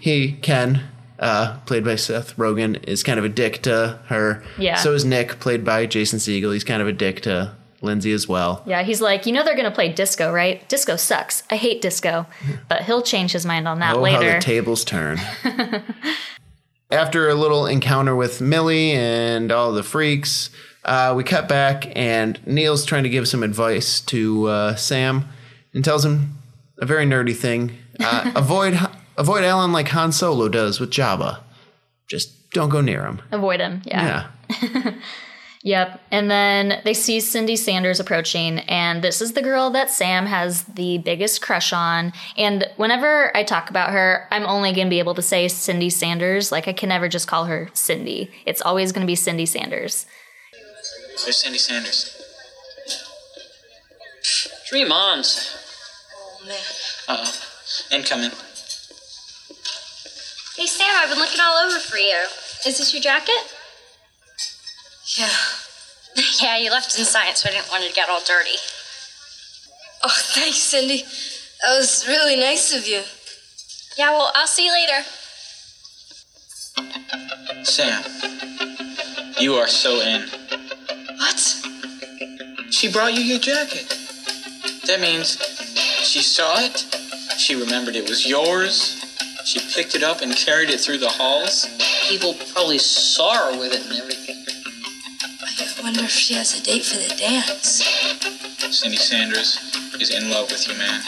Speaker 5: he, Ken, uh, played by Seth Rogen, is kind of a dick to her.
Speaker 6: Yeah.
Speaker 5: So is Nick, played by Jason Siegel. He's kind of a dick to Lindsay as well.
Speaker 6: Yeah, he's like, you know, they're gonna play disco, right? Disco sucks. I hate disco, but he'll change his mind on that
Speaker 5: Oh, how
Speaker 6: later.
Speaker 5: the tables turn. After a little encounter with Millie and all the freaks, uh, we cut back and Neil's trying to give some advice to uh, Sam and tells him a very nerdy thing: uh, avoid avoid Alan like Han Solo does with Jabba. Just don't go near him.
Speaker 6: Avoid him. Yeah.
Speaker 5: Yeah,
Speaker 6: Yep. And then they see Cindy Sanders approaching, and this is the girl that Sam has the biggest crush on. And whenever I talk about her, I'm only gonna be able to say Cindy Sanders. Like I can never just call her Cindy. It's always gonna be Cindy Sanders.
Speaker 7: There's Cindy Sanders.
Speaker 3: Three moms.
Speaker 2: Oh, man.
Speaker 7: Uh oh. Incoming.
Speaker 2: Hey, Sam, I've been looking all over for you. Is this your jacket? Yeah. yeah, you left in science, so I didn't want it to get all dirty.
Speaker 4: Oh, thanks, Cindy. That was really nice of you.
Speaker 2: Yeah, well, I'll see you later.
Speaker 7: Sam, you are so in.
Speaker 2: What?
Speaker 7: She brought you your jacket. That means she saw it, she remembered it was yours, she picked it up and carried it through the halls.
Speaker 8: People probably saw her with it and everything.
Speaker 9: I wonder if she has a date for the dance.
Speaker 7: Cindy Sanders is in love with you, man.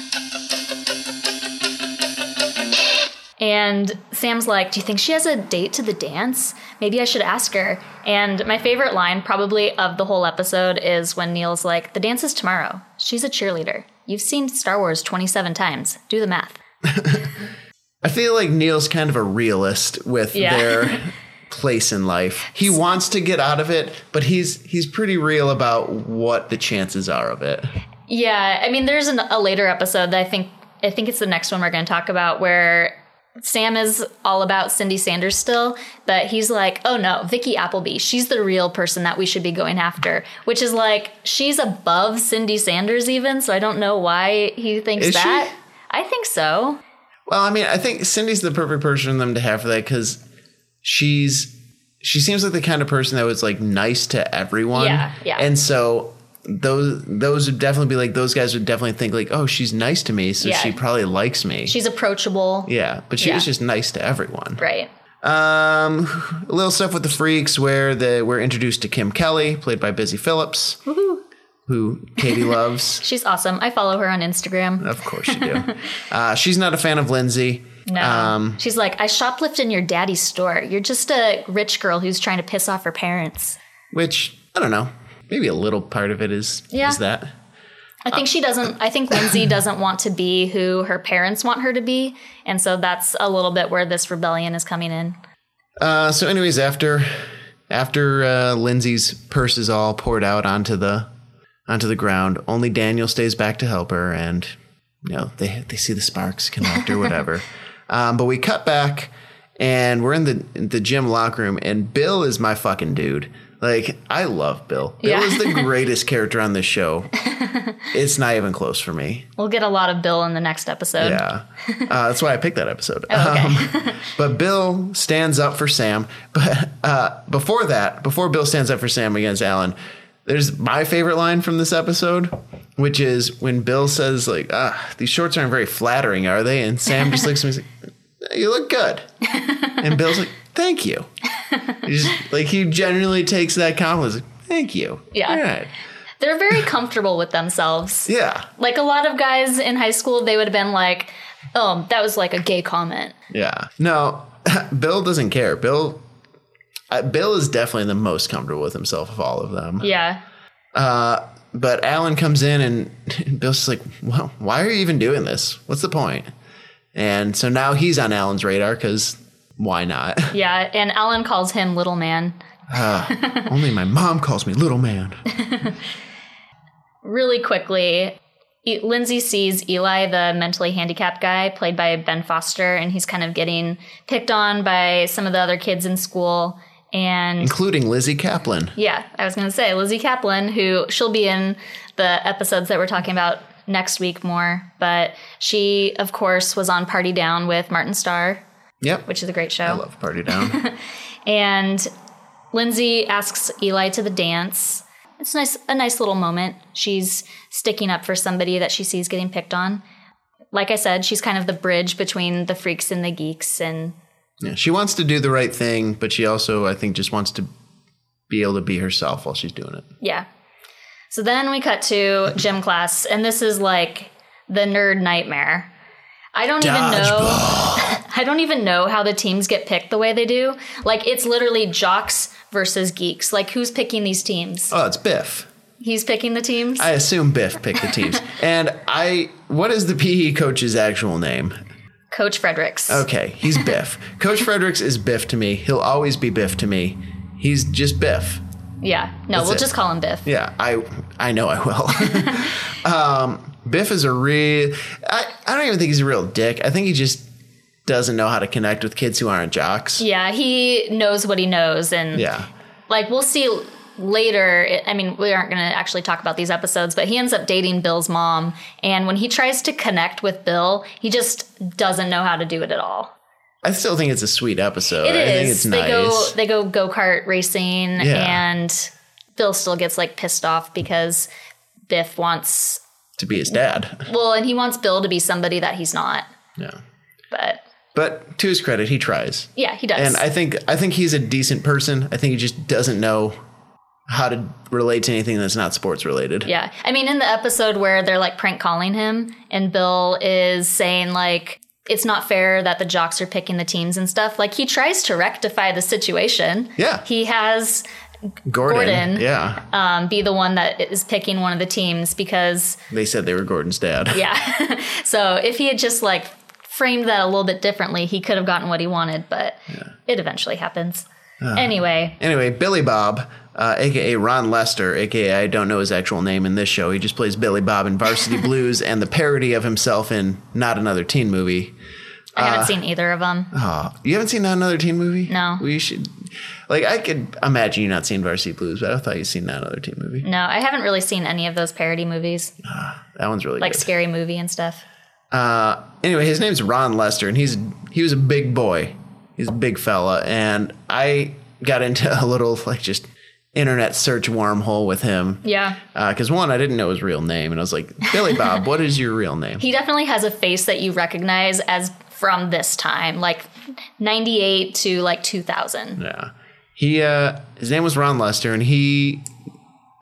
Speaker 6: And Sam's like, Do you think she has a date to the dance? Maybe I should ask her. And my favorite line, probably of the whole episode, is when Neil's like, The dance is tomorrow. She's a cheerleader. You've seen Star Wars 27 times. Do the math.
Speaker 5: I feel like Neil's kind of a realist with
Speaker 6: Yeah.
Speaker 5: their place in life. He wants to get out of it, but he's he's pretty real about what the chances are of it.
Speaker 6: Yeah, I mean, there's an, a later episode that I think I think it's the next one we're going to talk about where Sam is all about Cindy Sanders still, but he's like, "Oh no, Vicky Appleby, she's the real person that we should be going after," which is like she's above Cindy Sanders even, so I don't know why he thinks
Speaker 5: Is she?
Speaker 6: that. I think so.
Speaker 5: Well, I mean, I think Cindy's the perfect person for them to have for that because she's she seems like the kind of person that was like nice to everyone.
Speaker 6: Yeah, yeah.
Speaker 5: And so those those would definitely be like those guys would definitely think like, oh, she's nice to me, so
Speaker 6: Yeah.
Speaker 5: she probably likes me.
Speaker 6: She's approachable.
Speaker 5: yeah, but she was
Speaker 6: Yeah.
Speaker 5: just nice to everyone.
Speaker 6: Right.
Speaker 5: Um, little stuff with the freaks where the we're introduced to Kim Kelly, played by Busy Phillips, who Katie loves.
Speaker 6: She's awesome. I follow her on Instagram.
Speaker 5: of course you do. Uh, she's not a fan of Lindsay. Um,
Speaker 6: No. She's like, "I shoplift in your daddy's store. You're just a rich girl who's trying to piss off her parents."
Speaker 5: which I don't know. Maybe a little part of it is
Speaker 6: Yeah.
Speaker 5: is that.
Speaker 6: I think she doesn't. I think Lindsay doesn't want to be who her parents want her to be, and so that's a little bit where this rebellion is coming in.
Speaker 5: Uh, so, anyways, after after uh, Lindsay's purse is all poured out onto the onto the ground, only Daniel stays back to help her, and you know they they see the sparks connect or whatever. um, but we cut back, and we're in the the gym locker room, and Bill is my fucking dude. Like I love Bill. Bill
Speaker 6: Yeah.
Speaker 5: is the greatest character on this show. It's not even close for me.
Speaker 6: We'll get a lot of Bill in the next episode. Oh,
Speaker 5: Yeah. Uh, that's why I picked that episode. um, but Bill stands up for Sam. But uh, before that, before Bill stands up for Sam against Alan, there's my favorite line from this episode, which is when Bill says, like, ah, these shorts aren't very flattering, are they? And Sam just looks at me and is like, you look good. And Bill's like, thank you. He's just- like, he genuinely takes that compliment. He's like, thank you.
Speaker 6: Yeah.
Speaker 5: All right.
Speaker 6: They're very comfortable with themselves.
Speaker 5: Yeah.
Speaker 6: Like a lot of guys in high school, they would have been like, "Oh, that was like a gay comment."
Speaker 5: Yeah. No, Bill doesn't care. Bill, uh, Bill is definitely the most comfortable with himself of all of them.
Speaker 6: Yeah,
Speaker 5: But Alan comes in and Bill's just like, "Well, why are you even doing this? What's the point?" And so now he's on Alan's radar because why not?
Speaker 6: yeah. And Alan calls him little man.
Speaker 5: Only my mom calls me little man.
Speaker 6: Really quickly, E- Lindsay sees Eli, the mentally handicapped guy, played by Ben Foster, and he's kind of getting picked on by some of the other kids in school. And
Speaker 5: including Lizzie Kaplan.
Speaker 6: Yeah, I was going to say Lizzie Kaplan, who she'll be in the episodes that we're talking about next week more, but she, of course, was on Party Down with Martin Starr,
Speaker 5: Yep.
Speaker 6: which is a great show.
Speaker 5: I love Party Down.
Speaker 6: And Lindsay asks Eli to the dance. It's nice, a nice little moment. She's sticking up for somebody that she sees getting picked on. Like I said, she's kind of the bridge between the freaks and the geeks, and
Speaker 5: yeah, she wants to do the right thing, but she also, I think, just wants to be able to be herself while she's doing it.
Speaker 6: Yeah. So then we cut to gym class, and this is like the nerd nightmare. I don't even know. I don't even know how the teams get picked the way they do. Like it's literally jocks versus geeks. Like who's picking these teams?
Speaker 5: Oh, it's Biff.
Speaker 6: He's picking the teams.
Speaker 5: I assume Biff picked the teams. and I, what is the PE coach's actual name?
Speaker 6: Coach Fredericks.
Speaker 5: Okay, he's Biff. Coach Fredericks is Biff to me. He'll always be Biff to me. He's just Biff.
Speaker 6: Yeah. No,
Speaker 5: That's
Speaker 6: we'll
Speaker 5: it.
Speaker 6: just call him Biff.
Speaker 5: Yeah, I, I know I will. um, Biff is a real. I, I don't even think he's a real dick. I think he just doesn't know how to connect with kids who aren't jocks.
Speaker 6: Yeah, he knows what he knows, and
Speaker 5: Yeah.
Speaker 6: like we'll see later, it- I mean, we aren't going to actually talk about these episodes, but he ends up dating Bill's mom. And when he tries to connect with Bill, he just doesn't know how to do it at all.
Speaker 5: I still think it's a sweet episode.
Speaker 6: It is.
Speaker 5: I think it's
Speaker 6: they
Speaker 5: nice.
Speaker 6: go they go go kart racing,
Speaker 5: Yeah.
Speaker 6: and Bill still gets like pissed off because Biff wants
Speaker 5: to be his dad.
Speaker 6: well, and he wants Bill to be somebody that he's not.
Speaker 5: Yeah.
Speaker 6: But
Speaker 5: But to his credit, he tries.
Speaker 6: yeah, he does.
Speaker 5: And I think I think he's a decent person. I think he just doesn't know how to relate to anything that's not sports related.
Speaker 6: Yeah. I mean, in the episode where they're like prank calling him and Bill is saying, like, it's not fair that the jocks are picking the teams and stuff, like, he tries to rectify the situation.
Speaker 5: Yeah.
Speaker 6: He has
Speaker 5: Gordon.
Speaker 6: Gordon.
Speaker 5: Yeah.
Speaker 6: um, be the one that is picking one of the teams because,
Speaker 5: they said they were Gordon's dad.
Speaker 6: yeah. so if he had just like framed that a little bit differently, he could have gotten what he wanted, but it eventually happens. anyway,
Speaker 5: Anyway, Billy Bob, uh, aka Ron Lester, aka I don't know his actual name in this show. He just plays Billy Bob in Varsity Blues and the parody of himself in Not Another Teen Movie.
Speaker 6: I haven't seen either of them.
Speaker 5: Oh, you haven't seen Not Another Teen Movie?
Speaker 6: No.
Speaker 5: We should. Like, I could imagine you not seeing Varsity Blues, but I thought you'd seen Not Another Teen Movie.
Speaker 6: no, I haven't really seen any of those parody movies,
Speaker 5: That one's really
Speaker 6: like
Speaker 5: good.
Speaker 6: Scary Movie and stuff.
Speaker 5: Uh, anyway, his name's Ron Lester, and he's he was a big boy. He's a big fella, and I got into a little like just internet search wormhole with him.
Speaker 6: Yeah.
Speaker 5: Because one, I didn't know his real name, and I was like, Billy Bob, what is your real name?
Speaker 6: he definitely has a face that you recognize as from this time, like 98 to like 2000.
Speaker 5: Yeah. He uh his name was Ron Lester and he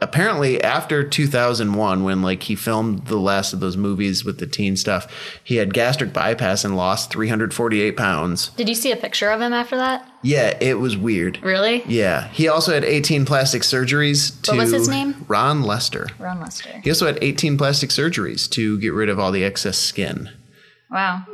Speaker 5: apparently after 2001 when like he filmed the last of those movies with the teen stuff, he had gastric bypass and lost 348 pounds.
Speaker 6: Did you see a picture of him after that?
Speaker 5: Yeah, it was weird.
Speaker 6: Really?
Speaker 5: Yeah. He also had 18 plastic surgeries to
Speaker 6: What was his name?
Speaker 5: Ron Lester.
Speaker 6: Ron Lester.
Speaker 5: He also had 18 plastic surgeries to get rid of all the excess skin.
Speaker 6: Wow.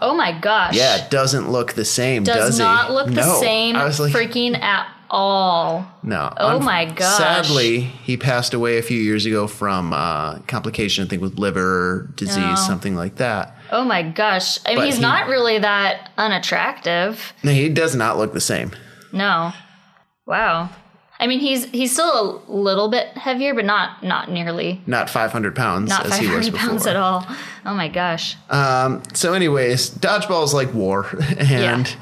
Speaker 6: oh my gosh.
Speaker 5: Uh, Yeah, it doesn't look the same, does,
Speaker 6: Does
Speaker 5: he?
Speaker 6: not look the
Speaker 5: No.
Speaker 6: same
Speaker 5: I was like,
Speaker 6: freaking at all.
Speaker 5: No.
Speaker 6: Oh my gosh.
Speaker 5: Sadly, he passed away a few years ago from uh, complication, I think, with liver disease,
Speaker 6: No.
Speaker 5: something like that.
Speaker 6: Oh my gosh. I mean,
Speaker 5: But
Speaker 6: he's
Speaker 5: he-
Speaker 6: not really that unattractive.
Speaker 5: No, he does not look the same.
Speaker 6: No. Wow. I mean, he's he's still a little bit heavier, but not not nearly.
Speaker 5: Not 500 pounds
Speaker 6: Not
Speaker 5: as he was
Speaker 6: 500
Speaker 5: before.
Speaker 6: pounds at all. Oh my gosh.
Speaker 5: Um, So, anyways, dodgeball's like war, and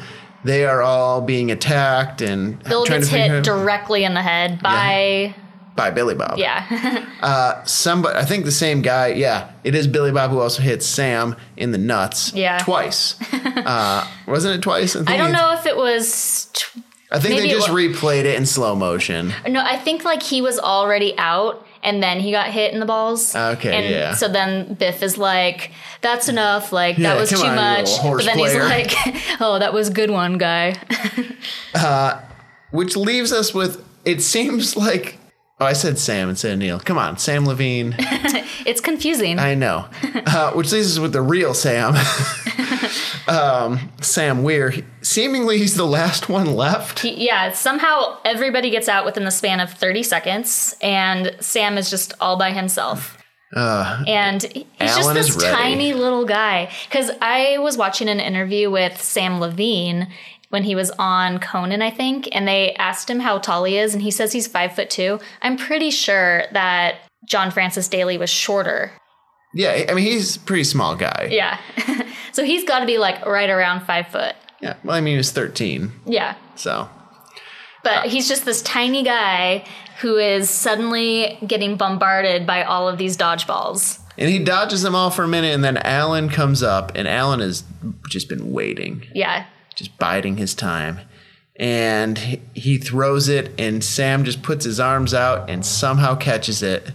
Speaker 5: they are all being attacked and
Speaker 6: Bill
Speaker 5: trying
Speaker 6: gets
Speaker 5: to figure
Speaker 6: hit
Speaker 5: out-
Speaker 6: directly in the head by
Speaker 5: by Billy Bob.
Speaker 6: yeah.
Speaker 5: somebody I think the same guy, yeah. It is Billy Bob who also hits Sam in the nuts
Speaker 6: Yeah.
Speaker 5: twice. uh, wasn't it twice? think
Speaker 6: I don't
Speaker 5: it-
Speaker 6: know if it was. Tw-
Speaker 5: I think
Speaker 6: Maybe
Speaker 5: they
Speaker 6: it
Speaker 5: just
Speaker 6: wa-
Speaker 5: replayed it in slow motion.
Speaker 6: no, I think like he was already out, and then he got hit in the balls.
Speaker 5: Okay,
Speaker 6: and
Speaker 5: yeah.
Speaker 6: So then Biff is like, "That's enough. Like
Speaker 5: Yeah,
Speaker 6: that was too
Speaker 5: come on, you
Speaker 6: much."
Speaker 5: little horse
Speaker 6: But then
Speaker 5: player.
Speaker 6: he's like, "Oh, that was good one, guy."
Speaker 5: Which leaves us with it seems like oh I said Sam instead of Neil. Come on, Sam Levine.
Speaker 6: It's confusing.
Speaker 5: I know. Uh, which leaves us with the real Sam, um, Sam Weir. Seemingly, he's the last one left.
Speaker 6: yeah, somehow everybody gets out within the span of 30 seconds, and Sam is just all by himself. and he's
Speaker 5: Uh, Alan
Speaker 6: just
Speaker 5: is
Speaker 6: this
Speaker 5: ready.
Speaker 6: tiny little guy. Because I was watching an interview with Sam Levine when he was on Conan, I think, and they asked him how tall he is, and he says he's five foot two. I'm pretty sure that John Francis Daly was shorter.
Speaker 5: Yeah, I mean he's a pretty small guy.
Speaker 6: Yeah. so he's got to be like right around five foot.
Speaker 5: Yeah, Well, I mean he was thirteen,
Speaker 6: Yeah.
Speaker 5: so Ah.
Speaker 6: But he's just this tiny guy who is suddenly getting bombarded by all of these dodgeballs.
Speaker 5: and he dodges them all for a minute, and then Alan comes up, and Alan has just been waiting.
Speaker 6: Yeah.
Speaker 5: just biding his time. And he he throws it, and Sam just puts his arms out and somehow catches it,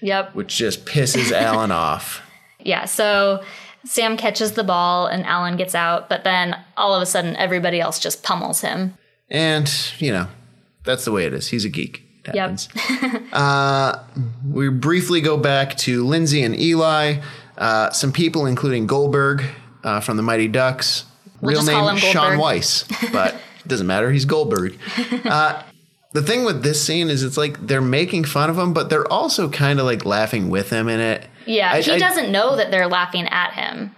Speaker 6: Yep.
Speaker 5: which just pisses Alan off.
Speaker 6: Yeah. So Sam catches the ball and Alan gets out, but then all of a sudden everybody else just pummels him.
Speaker 5: And, you know, that's the way it is. He's a geek. It
Speaker 6: Yep.
Speaker 5: happens. uh, we briefly go back to Lindsay and Eli, uh, some people, including Goldberg uh, from the Mighty Ducks. Real
Speaker 6: just
Speaker 5: name
Speaker 6: call him
Speaker 5: Sean
Speaker 6: Goldberg.
Speaker 5: Weiss, but it doesn't matter. He's Goldberg. Uh, the thing with this scene is it's like they're making fun of him, but they're also kind of like laughing with him in it.
Speaker 6: Yeah.
Speaker 5: I-
Speaker 6: he
Speaker 5: I-
Speaker 6: doesn't know that they're laughing at him.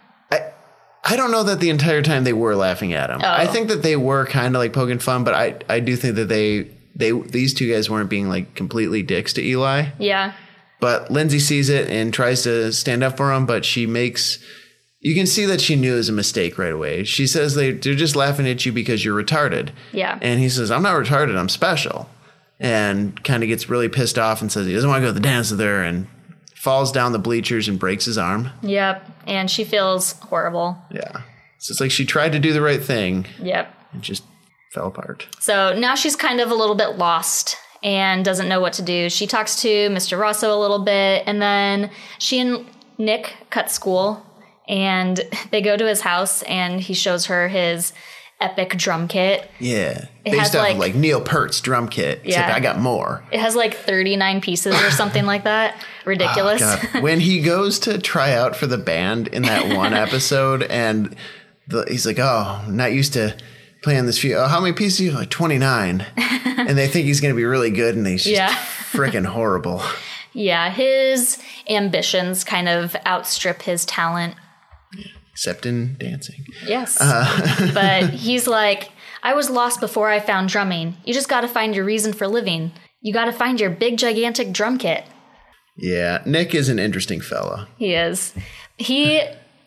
Speaker 5: I don't know that the entire time they were laughing at him. I think that they were kind of like poking fun, but I, I do think that they they these two guys weren't being like completely dicks to Eli.
Speaker 6: Yeah.
Speaker 5: But Lindsay sees it and tries to stand up for him, but she makes you can see that she knew it was a mistake right away. She says they they're just laughing at you because you're retarded.
Speaker 6: Yeah.
Speaker 5: And he says, I'm not retarded, I'm special. And kind of gets really pissed off and says he doesn't want to go to the dance with her and falls down the bleachers and breaks his arm.
Speaker 6: Yep. And she feels horrible.
Speaker 5: Yeah. So it's like she tried to do the right thing
Speaker 6: Yep.
Speaker 5: and just fell apart.
Speaker 6: So now she's kind of a little bit lost and doesn't know what to do. She talks to Mr. Rosso a little bit, and then she and Nick cut school and they go to his house and he shows her his epic drum kit.
Speaker 5: Yeah.
Speaker 6: It
Speaker 5: Based off
Speaker 6: has,
Speaker 5: like,
Speaker 6: like-
Speaker 5: like Neil Peart's drum kit. Except
Speaker 6: Yeah.
Speaker 5: I got more.
Speaker 6: It has like 39 pieces or something like that. Ridiculous.
Speaker 5: God. when he goes to try out for the band in that one episode, and the, he's like, "Oh, I'm not used to playing this few. Oh, how many pieces? do you have?" Like 29." and they think he's going to be really good, and he's just
Speaker 6: Yeah.
Speaker 5: freaking horrible.
Speaker 6: yeah, his ambitions kind of outstrip his talent.
Speaker 5: Except in dancing.
Speaker 6: Yes.
Speaker 5: Uh.
Speaker 6: but he's like, I was lost before I found drumming. You just got to find your reason for living. You got to find your big, gigantic drum kit.
Speaker 5: Yeah, Nick is an interesting fella.
Speaker 6: He is. He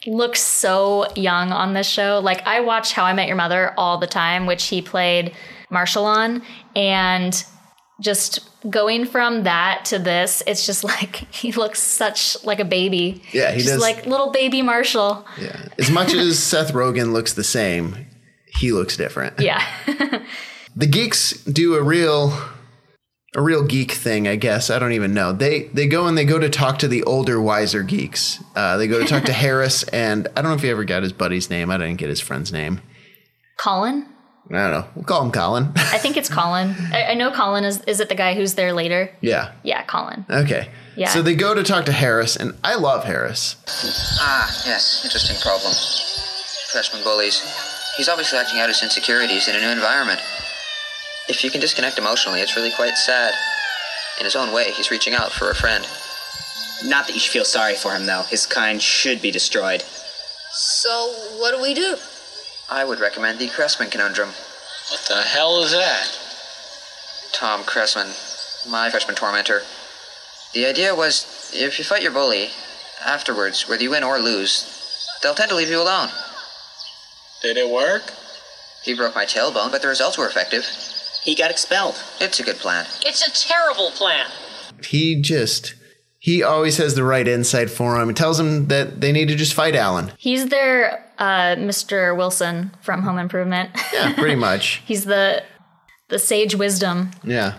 Speaker 6: looks so young on this show. Like, I watch How I Met Your Mother all the time, which he played Marshall on. And just going from that to this, it's just like he looks such like a baby.
Speaker 5: Yeah, he
Speaker 6: just
Speaker 5: does.
Speaker 6: like little baby Marshall.
Speaker 5: Yeah, as much as Seth Rogen looks the same, he looks different.
Speaker 6: Yeah.
Speaker 5: the geeks do a real a real geek thing i guess i don't even know they they go and they go to talk to the older wiser geeks uh, they go to talk to harris and i don't know if he ever got his buddy's name i didn't get his friend's name
Speaker 6: Colin?
Speaker 5: i don't know we'll call him colin
Speaker 6: I think it's Colin. I, I know Colin is is it the guy who's there later?
Speaker 5: yeah
Speaker 6: Yeah, Colin.
Speaker 5: okay
Speaker 6: Yeah.
Speaker 5: so they go to talk to harris and i love harris
Speaker 3: Ah, yes, interesting problem. Freshman bullies. He's obviously acting out his insecurities in a new environment. If you can disconnect emotionally, it's really quite sad. In his own way, he's reaching out for a friend.
Speaker 10: Not that you should feel sorry for him, though. His kind should be destroyed.
Speaker 4: So what do we do?
Speaker 3: I would recommend the Cressman conundrum.
Speaker 7: What the hell is that?
Speaker 3: Tom Cressman, my freshman tormentor. The idea was if you fight your bully, afterwards, whether you win or lose, they'll tend to leave you alone.
Speaker 7: Did it work?
Speaker 3: He broke my tailbone, but the results were effective.
Speaker 10: He got expelled.
Speaker 3: It's a good plan.
Speaker 8: It's a terrible plan.
Speaker 5: he just he always has the right insight for him he tells him that they need to just fight alan
Speaker 6: He's their uh, Mr. Wilson from Home Improvement.
Speaker 5: yeah pretty much
Speaker 6: He's the the sage wisdom.
Speaker 5: Yeah.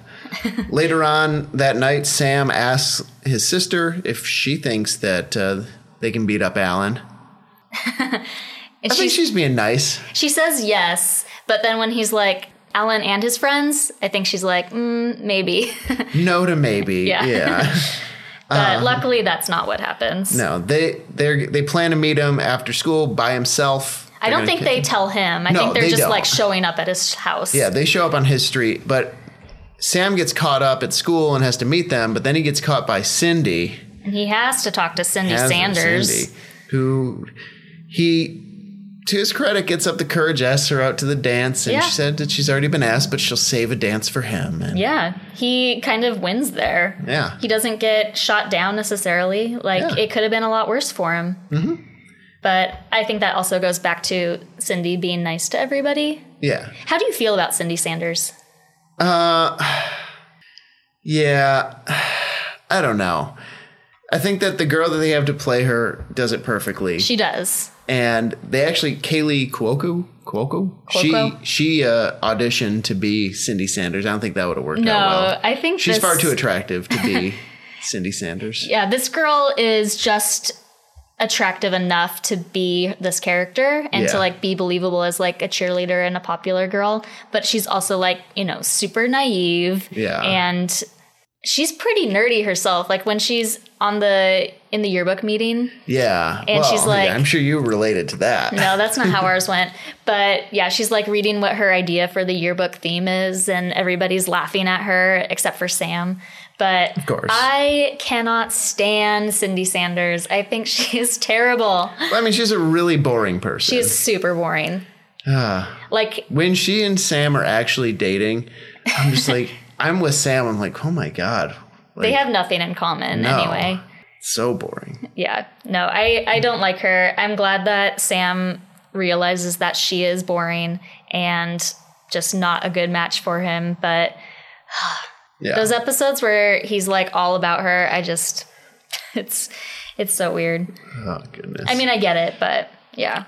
Speaker 5: Later on that night, Sam asks his sister if she thinks that uh, they can beat up Alan.
Speaker 6: And
Speaker 5: I think
Speaker 6: she
Speaker 5: she's being nice.
Speaker 6: she says yes, but then when he's like Alan and his friends, I think she's like mm, maybe.
Speaker 5: No to maybe.
Speaker 6: Yeah.
Speaker 5: Yeah.
Speaker 6: but luckily, that's not what happens.
Speaker 5: Uh-huh. No, they they they plan to meet him after school by himself.
Speaker 6: I don't
Speaker 5: They're
Speaker 6: think
Speaker 5: gonna
Speaker 6: they
Speaker 5: kick-
Speaker 6: tell him. I
Speaker 5: No,
Speaker 6: think they're
Speaker 5: they
Speaker 6: just
Speaker 5: don't.
Speaker 6: like showing up at his house.
Speaker 5: Yeah, they show up on his street, but Sam gets caught up at school and has to meet them. But then he gets caught by Cindy.
Speaker 6: and he has to talk to Cindy
Speaker 5: As
Speaker 6: Sanders.
Speaker 5: Cindy, who he, to his credit, gets up the courage, asks her out to the dance, and
Speaker 6: Yeah.
Speaker 5: she said that she's already been asked, but she'll save a dance for him. And
Speaker 6: Yeah, he kind of wins there.
Speaker 5: Yeah.
Speaker 6: He doesn't get shot down necessarily. Like,
Speaker 5: Yeah.
Speaker 6: it could have been a lot worse for him. Mm-hmm. But I think that also goes back to Cindy being nice to everybody.
Speaker 5: yeah,
Speaker 6: How do you feel about Cindy Sanders?
Speaker 5: yeah. I don't know. I think that the girl that they have to play her does it perfectly,
Speaker 6: She does.
Speaker 5: and they actually Kaylee Cuoco. Cuoco? She
Speaker 6: Cuoco?
Speaker 5: she uh, auditioned to be Cindy Sanders. I don't think that would have worked
Speaker 6: No,
Speaker 5: out well.
Speaker 6: I think
Speaker 5: she's
Speaker 6: this-
Speaker 5: far too attractive to be Cindy Sanders.
Speaker 6: Yeah, this girl is just attractive enough to be this character and to
Speaker 5: Yeah.
Speaker 6: like be believable as like a cheerleader and a popular girl, but she's also like, you know, super naive.
Speaker 5: Yeah.
Speaker 6: And she's pretty nerdy herself. Like when she's on the in the yearbook meeting.
Speaker 5: Yeah.
Speaker 6: And she's like-
Speaker 5: I'm sure you related to that.
Speaker 6: No, that's not how ours went. But yeah, she's like reading what her idea for the yearbook theme is, and everybody's laughing at her except for Sam. But of
Speaker 5: course.
Speaker 6: I cannot stand Cindy Sanders. I think she is terrible.
Speaker 5: I mean, she's a really boring person. Ah.
Speaker 6: She's super boring. Like,
Speaker 5: when she and Sam are actually dating, I'm just like, I'm with Sam. I'm like, oh my God.
Speaker 6: they have nothing in common
Speaker 5: No.
Speaker 6: anyway.
Speaker 5: So boring.
Speaker 6: Yeah. No, I, I don't like her. I'm glad that Sam realizes that she is boring and just not a good match for him. But
Speaker 5: Yeah.
Speaker 6: those episodes where he's like all about her, I just it's it's so weird.
Speaker 5: oh, goodness.
Speaker 6: I mean, I get it, but yeah.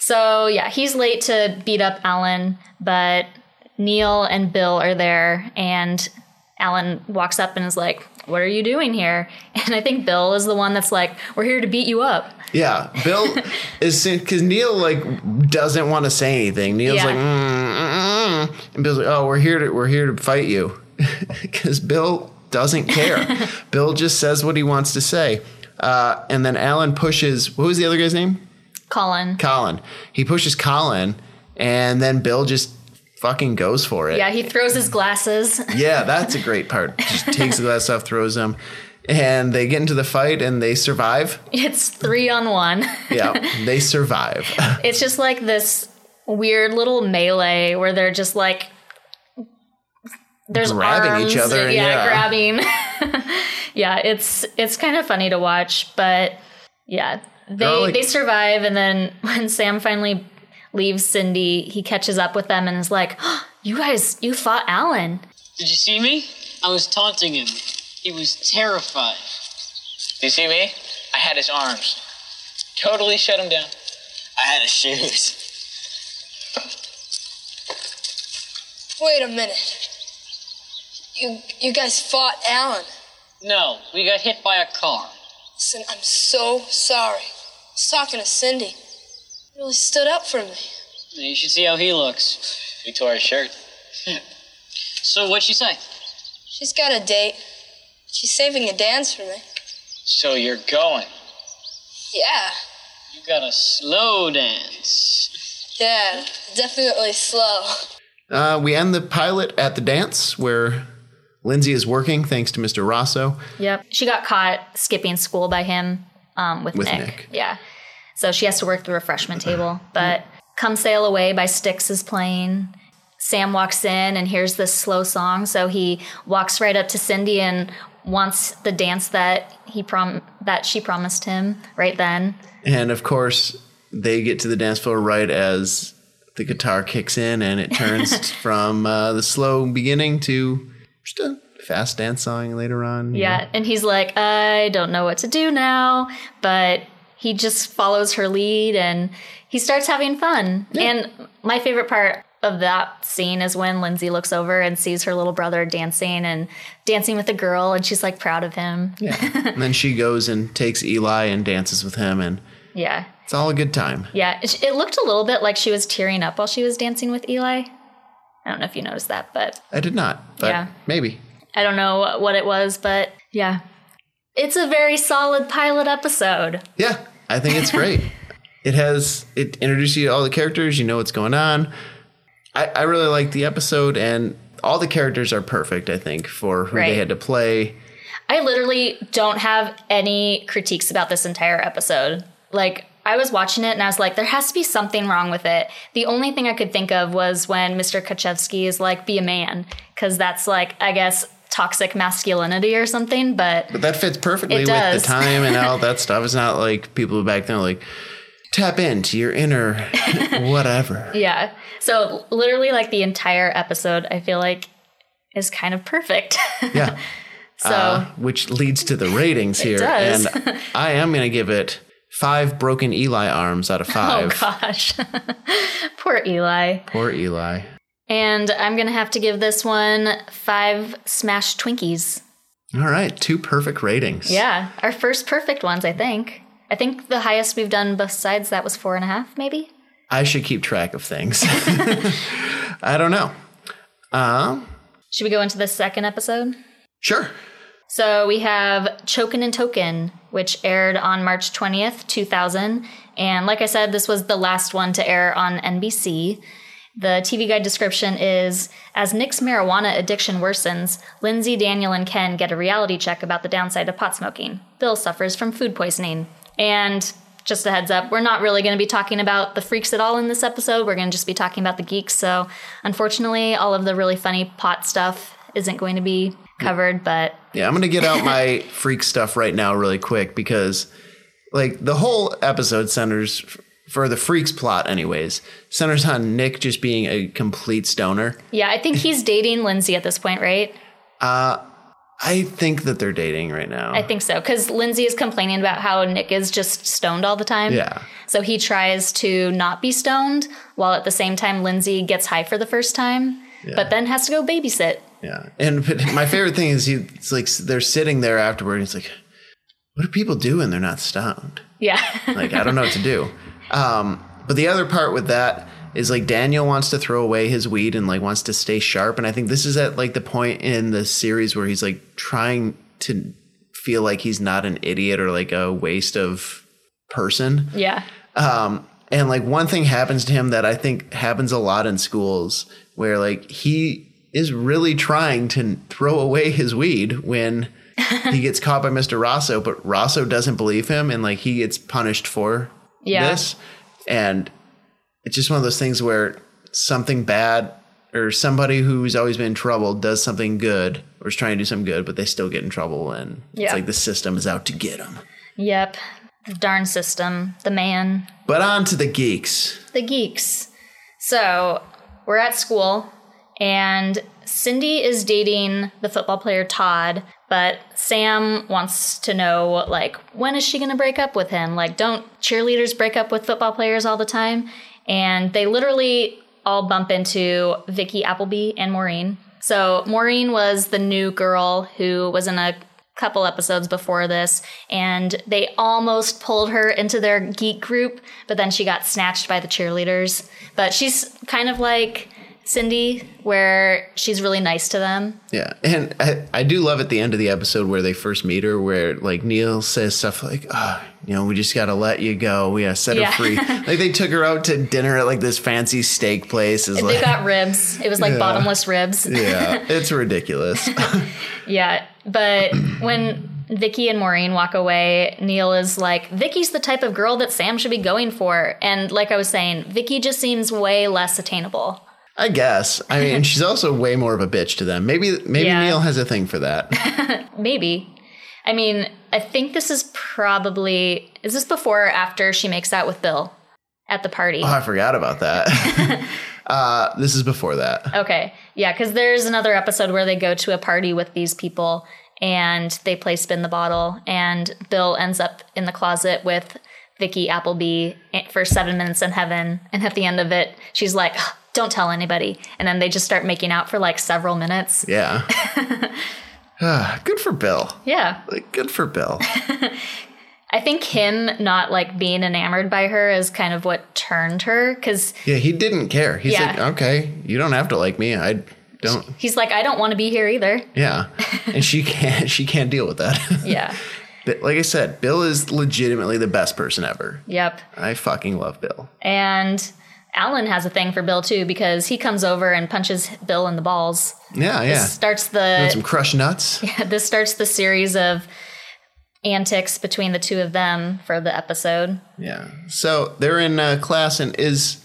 Speaker 6: So yeah, he's late to beat up Alan, but Neil and Bill are there, and Alan walks up and is like, "What are you doing here?" And I think Bill is the one that's like, "We're here to beat you up."
Speaker 5: Yeah, Bill is because Neil like doesn't want to say anything. Neil's
Speaker 6: Yeah.
Speaker 5: like, mm, mm, mm. and Bill's like, oh, we're here to we're here to fight you, because Bill doesn't care. Bill just says what he wants to say, uh, and then Alan pushes. What was the other guy's name?
Speaker 6: Colin.
Speaker 5: Colin. He pushes Colin, and then Bill just fucking goes for it.
Speaker 6: Yeah, he throws his glasses.
Speaker 5: Yeah, that's a great part. Just takes the glass off, throws them, and they get into the fight and they survive.
Speaker 6: It's three on one.
Speaker 5: Yeah, they survive.
Speaker 6: It's just like this weird little melee where they're just like there's
Speaker 5: Grabbing
Speaker 6: arms,
Speaker 5: each other,
Speaker 6: yeah,
Speaker 5: yeah.
Speaker 6: grabbing. yeah, it's it's kind of funny to watch, but yeah, they
Speaker 5: all like-
Speaker 6: they survive, and then when Sam finally leaves Cindy, he catches up with them and is like, "Oh, "You guys, you fought Alan."
Speaker 8: Did you see me? I was taunting him. He was terrified. Did you see me? I had his arms. Totally shut him down. I had his shoes.
Speaker 9: Wait a minute. You you guys fought Alan.
Speaker 8: No, we got hit by a car.
Speaker 9: Listen, I'm so sorry. I was talking to Cindy. You really stood up for me.
Speaker 8: You should see how he looks. We tore his shirt. so what'd she say?
Speaker 9: She's got a date. She's saving a dance for me.
Speaker 8: So you're going.
Speaker 9: Yeah.
Speaker 8: You gotta slow dance.
Speaker 9: Yeah, definitely slow.
Speaker 5: Uh, we end the pilot at the dance where Lindsay is working, thanks to Mr. Rosso.
Speaker 6: Yep, she got caught skipping school by him um, with,
Speaker 5: With
Speaker 6: Nick.
Speaker 5: Nick.
Speaker 6: Yeah, so she has to work the refreshment table. But "Come Sail Away" by Styx is playing. Sam walks in and hears this slow song, so he walks right up to Cindy and wants the dance that he prom that she promised him right then.
Speaker 5: And of course, they get to the dance floor right as the guitar kicks in and it turns from uh, the slow beginning to just a fast dance song later on. you know?
Speaker 6: Yeah, and he's like, I don't know what to do now, but he just follows her lead and he starts having fun. And my favorite part of that scene is when Lindsay looks over and sees her little brother dancing and dancing with a girl, and she's like proud of him. Yeah.
Speaker 5: and then she goes and takes Eli and dances with him, and
Speaker 6: Yeah.
Speaker 5: it's all a good time.
Speaker 6: It, it looked a little bit like she was tearing up while she was dancing with Eli. I don't know if you noticed that, but
Speaker 5: I did not, but
Speaker 6: Yeah.
Speaker 5: maybe.
Speaker 6: I don't know what it was, but yeah. It's a very solid pilot episode.
Speaker 5: Yeah, I think it's great. it has it introduces you to all the characters. You know what's going on. I, I really like the episode, and all the characters are perfect. I think for who they
Speaker 6: Right.
Speaker 5: had to play.
Speaker 6: I literally don't have any critiques about this entire episode. Like, I was watching it and I was like, there has to be something wrong with it. The only thing I could think of was when Mr. Kachevsky is like, be a man, because that's like, I guess, toxic masculinity or something. But
Speaker 5: But that fits perfectly
Speaker 6: It
Speaker 5: with the
Speaker 6: does.
Speaker 5: time and all that stuff. It's not like people back then were like tap into your inner whatever.
Speaker 6: yeah. So, literally, like, the entire episode, I feel like is kind of perfect.
Speaker 5: Yeah.
Speaker 6: so,
Speaker 5: Uh, which leads to the ratings here.
Speaker 6: does.
Speaker 5: And I am going to give it five broken Eli arms out of
Speaker 6: oh
Speaker 5: five.
Speaker 6: gosh. Poor Eli.
Speaker 5: Poor Eli.
Speaker 6: And I'm going to have to give this one five smashed Twinkies.
Speaker 5: All right. Two perfect ratings.
Speaker 6: Yeah, our first perfect ones, I think. I think the highest we've done besides that was four and a half, maybe.
Speaker 5: I should keep track of things. I don't know. Um,
Speaker 6: Should we go into the second episode?
Speaker 5: sure.
Speaker 6: So we have Chokin' and Token, which aired on March 20th, 2000. And like I said, this was the last one to air on NBC. The TV guide description is As Nick's marijuana addiction worsens, Lindsay, Daniel, and Ken get a reality check about the downside of pot smoking. Bill suffers from food poisoning. And Just a heads up, we're not really going to be talking about the freaks at all in this episode. We're going to just be talking about the geeks. So, unfortunately, all of the really funny pot stuff isn't going to be covered, but
Speaker 5: Yeah, I'm gonna get out my freak stuff right now, really quick, because like the whole episode centers f- for the freaks plot, anyways, centers on Nick just being a complete stoner.
Speaker 6: yeah, I think he's dating Lindsay at this point, right?
Speaker 5: Uh, I think that they're dating right now.
Speaker 6: I think so. Because Lindsay is complaining about how Nick is just stoned all the time.
Speaker 5: Yeah.
Speaker 6: So he tries to not be stoned while at the same time Lindsay gets high for the first time, but then has to go babysit.
Speaker 5: Yeah, and but my favorite thing is he. It's like they're sitting there afterward. And he's like, "What do people do when they're not stoned?"
Speaker 6: Yeah.
Speaker 5: Like I don't know what to do. Um, but the other part with that is like Daniel wants to throw away his weed and like wants to stay sharp. And I think this is at like the point in the series where he's like trying to feel like he's not an idiot or like a waste of person.
Speaker 6: Yeah.
Speaker 5: Um, and like one thing happens to him that I think happens a lot in schools where like he is really trying to throw away his weed when he gets caught by Mr. Rosso, but Rosso doesn't believe him and like he gets punished for
Speaker 6: Yeah.
Speaker 5: this. And it's just one of those things where something bad or somebody who's always been in trouble does something good or is trying to do something good, but they still get in trouble. And
Speaker 6: Yeah.
Speaker 5: it's like the system is out to get them.
Speaker 6: Yep. Darn system. The man.
Speaker 5: But on to the geeks.
Speaker 6: the geeks. So we're at school, and Cindy is dating the football player Todd, but Sam wants to know, like, when is she going to break up with him? Like, don't cheerleaders break up with football players all the time? And they literally all bump into Vicky Appleby and Maureen. So Maureen was the new girl who was in a couple episodes before this, and they almost pulled her into their geek group, but then she got snatched by the cheerleaders. But she's kind of like Cindy, where she's really nice to them.
Speaker 5: Yeah, and I, I do love at the end of the episode where they first meet her, where like Neil says stuff like, oh, you know, we just got to let you go. We got to set
Speaker 6: Yeah.
Speaker 5: her free. like they took her out to dinner at like this fancy steak place. Is
Speaker 6: they
Speaker 5: like,
Speaker 6: got ribs. It was like
Speaker 5: Yeah.
Speaker 6: bottomless ribs.
Speaker 5: yeah, it's ridiculous.
Speaker 6: Yeah, but when Vicky and Maureen walk away, Neil is like, Vicky's the type of girl that Sam should be going for. And like I was saying, Vicky just seems way less attainable.
Speaker 5: I guess. I mean, she's also way more of a bitch to them. Maybe maybe
Speaker 6: Yeah.
Speaker 5: Neil has a thing for that.
Speaker 6: Maybe. I mean, I think this is probably is this before or after she makes out with Bill at the party?
Speaker 5: Oh, I forgot about that. uh, this is before that.
Speaker 6: Okay. Yeah, because there's another episode where they go to a party with these people and they play spin the bottle, and Bill ends up in the closet with Vicky Appleby for seven minutes in heaven. And at the end of it, she's like, don't tell anybody. And then they just start making out for like several minutes.
Speaker 5: Yeah. Ah, good for Bill.
Speaker 6: Yeah.
Speaker 5: Like, good for Bill.
Speaker 6: I think him not like being enamored by her is kind of what turned her because
Speaker 5: Yeah, he didn't care. He's
Speaker 6: Yeah.
Speaker 5: like, okay, you don't have to like me. I don't.
Speaker 6: he's like, I don't want to be here either.
Speaker 5: Yeah, and she can't. She can't deal with that.
Speaker 6: Yeah.
Speaker 5: but like I said, Bill is legitimately the best person ever.
Speaker 6: Yep.
Speaker 5: I fucking love Bill.
Speaker 6: And Alan has a thing for Bill too because he comes over and punches Bill in the balls.
Speaker 5: Yeah, yeah.
Speaker 6: This starts
Speaker 5: Want some
Speaker 6: the
Speaker 5: crushed nuts.
Speaker 6: yeah, this starts the series of antics between the two of them for the episode.
Speaker 5: Yeah. So they're in uh, class, and is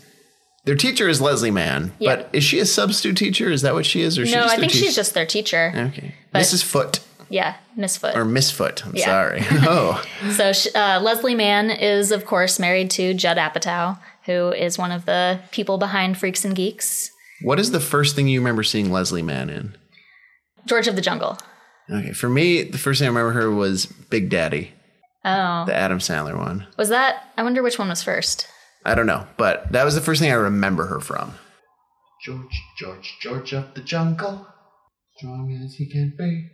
Speaker 5: their teacher is Leslie Mann.
Speaker 6: Yeah.
Speaker 5: But is she a substitute teacher? Is that what she is, or is she
Speaker 6: no,
Speaker 5: just
Speaker 6: I
Speaker 5: their
Speaker 6: think
Speaker 5: teacher?
Speaker 6: she's just their teacher.
Speaker 5: okay.
Speaker 6: but-
Speaker 5: Mrs. Foot
Speaker 6: Yeah, Miss Foot.
Speaker 5: or Miss Foot. I'm
Speaker 6: Yeah.
Speaker 5: sorry. Oh,
Speaker 6: So sh- uh, Leslie Mann is, of course, married to Judd Apatow, who is one of the people behind Freaks and Geeks,
Speaker 5: what is the first thing you remember seeing Leslie Mann in?
Speaker 6: George of the Jungle.
Speaker 5: Okay, for me, the first thing I remember her was Big Daddy,
Speaker 6: Oh,
Speaker 5: the Adam Sandler one.
Speaker 6: was that? I wonder which one was first.
Speaker 5: I don't know, but that was the first thing I remember her from. George, George, George of the jungle, strong as he can be.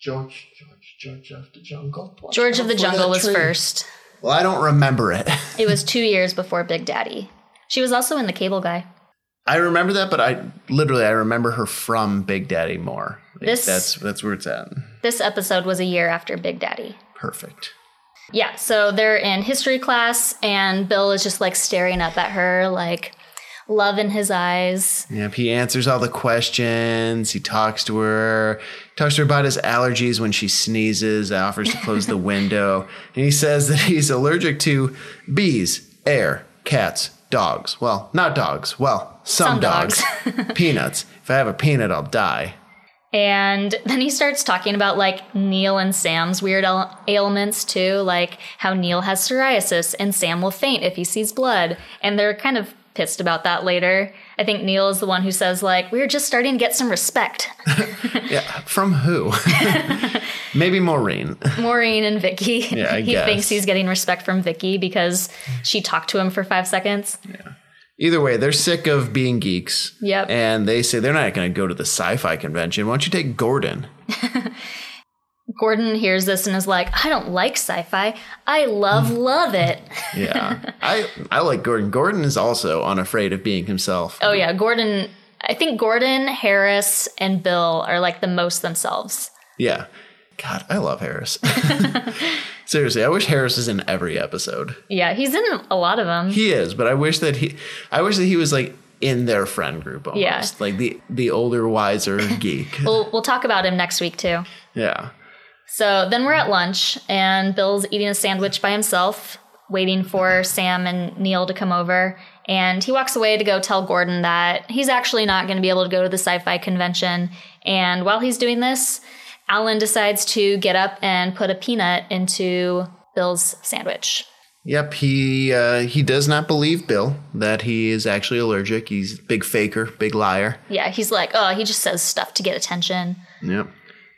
Speaker 5: George, George, George of the jungle. Watch
Speaker 6: George
Speaker 5: out
Speaker 6: of the
Speaker 5: for
Speaker 6: Jungle
Speaker 5: that
Speaker 6: was
Speaker 5: tree.
Speaker 6: first.
Speaker 5: Well, I don't remember it.
Speaker 6: It was two years before Big Daddy. She was also in The Cable Guy.
Speaker 5: I remember that, but I literally I remember her from Big Daddy more. Like,
Speaker 6: This-
Speaker 5: that's that's where it's at.
Speaker 6: This episode was a year after Big Daddy.
Speaker 5: Perfect.
Speaker 6: Yeah, so they're in history class, and Bill is just like staring up at her, like, love in his eyes.
Speaker 5: Yep, he answers all the questions. He talks to her, talks to her about his allergies when she sneezes, offers to close the window. And he says that he's allergic to bees, air, cats, dogs. Well, not dogs. Well, some,
Speaker 6: Some
Speaker 5: dogs.
Speaker 6: dogs.
Speaker 5: Peanuts. If I have a peanut, I'll die.
Speaker 6: And then he starts talking about like Neil and Sam's weird ail- ailments too, like how Neil has psoriasis and Sam will faint if he sees blood. And they're kind of pissed about that later. I think Neil is the one who says like, "We're just starting to get some respect."
Speaker 5: Yeah, from who? Maybe Maureen.
Speaker 6: Maureen and Vicky.
Speaker 5: Yeah, I
Speaker 6: he
Speaker 5: guess.
Speaker 6: thinks he's getting respect from Vicky because she talked to him for five seconds.
Speaker 5: Either way, they're sick of being geeks.
Speaker 6: Yep.
Speaker 5: And they say they're not going to go to the sci fi convention. Why don't you take Gordon?
Speaker 6: Gordon hears this and is like, I don't like sci fi. I love,
Speaker 5: Mm.
Speaker 6: love it.
Speaker 5: Yeah. I, I like Gordon. Gordon is also unafraid of being himself.
Speaker 6: Oh, yeah. Gordon, I think Gordon, Harris, and Bill are like the most themselves.
Speaker 5: Yeah. God, I love Harris. Seriously, I wish Harris was in every episode.
Speaker 6: Yeah, he's in a lot of them.
Speaker 5: He is, but I wish that he I wish that he was like in their friend group almost.
Speaker 6: Yeah.
Speaker 5: Like the the older, wiser geek.
Speaker 6: We'll, we'll talk about him next week, too.
Speaker 5: Yeah.
Speaker 6: So then we're at lunch, and Bill's eating a sandwich by himself, waiting for Sam and Neil to come over. And he walks away to go tell Gordon that he's actually not going to be able to go to the sci fi convention. And while he's doing this, Alan decides to get up and put a peanut into Bill's sandwich.
Speaker 5: Yep, he uh, he does not believe Bill that he is actually allergic. He's a big faker, big liar.
Speaker 6: Yeah, he's like, oh, he just says stuff to get attention.
Speaker 5: Yep.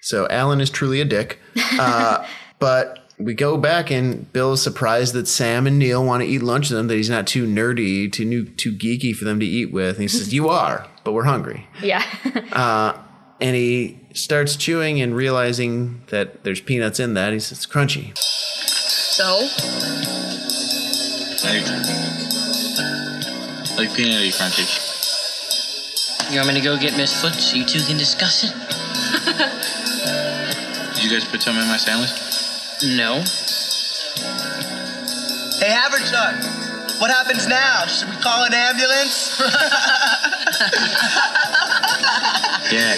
Speaker 5: So Alan is truly a dick. Uh, but we go back, and Bill's surprised that Sam and Neil want to eat lunch with him, that he's not too nerdy, too, new, too geeky for them to eat with. And he says, You are, but we're hungry.
Speaker 6: Yeah.
Speaker 5: Uh, and he starts chewing and realizing that there's peanuts in that. He says, It's crunchy.
Speaker 4: So?
Speaker 7: Like, like peanut crunchy.
Speaker 8: You want me to go get Miss Foot so you two can discuss it?
Speaker 7: Did you guys put some in my sandwich?
Speaker 8: No.
Speaker 1: Hey, Haverchuck, what happens now? Should we call an ambulance?
Speaker 7: Yeah.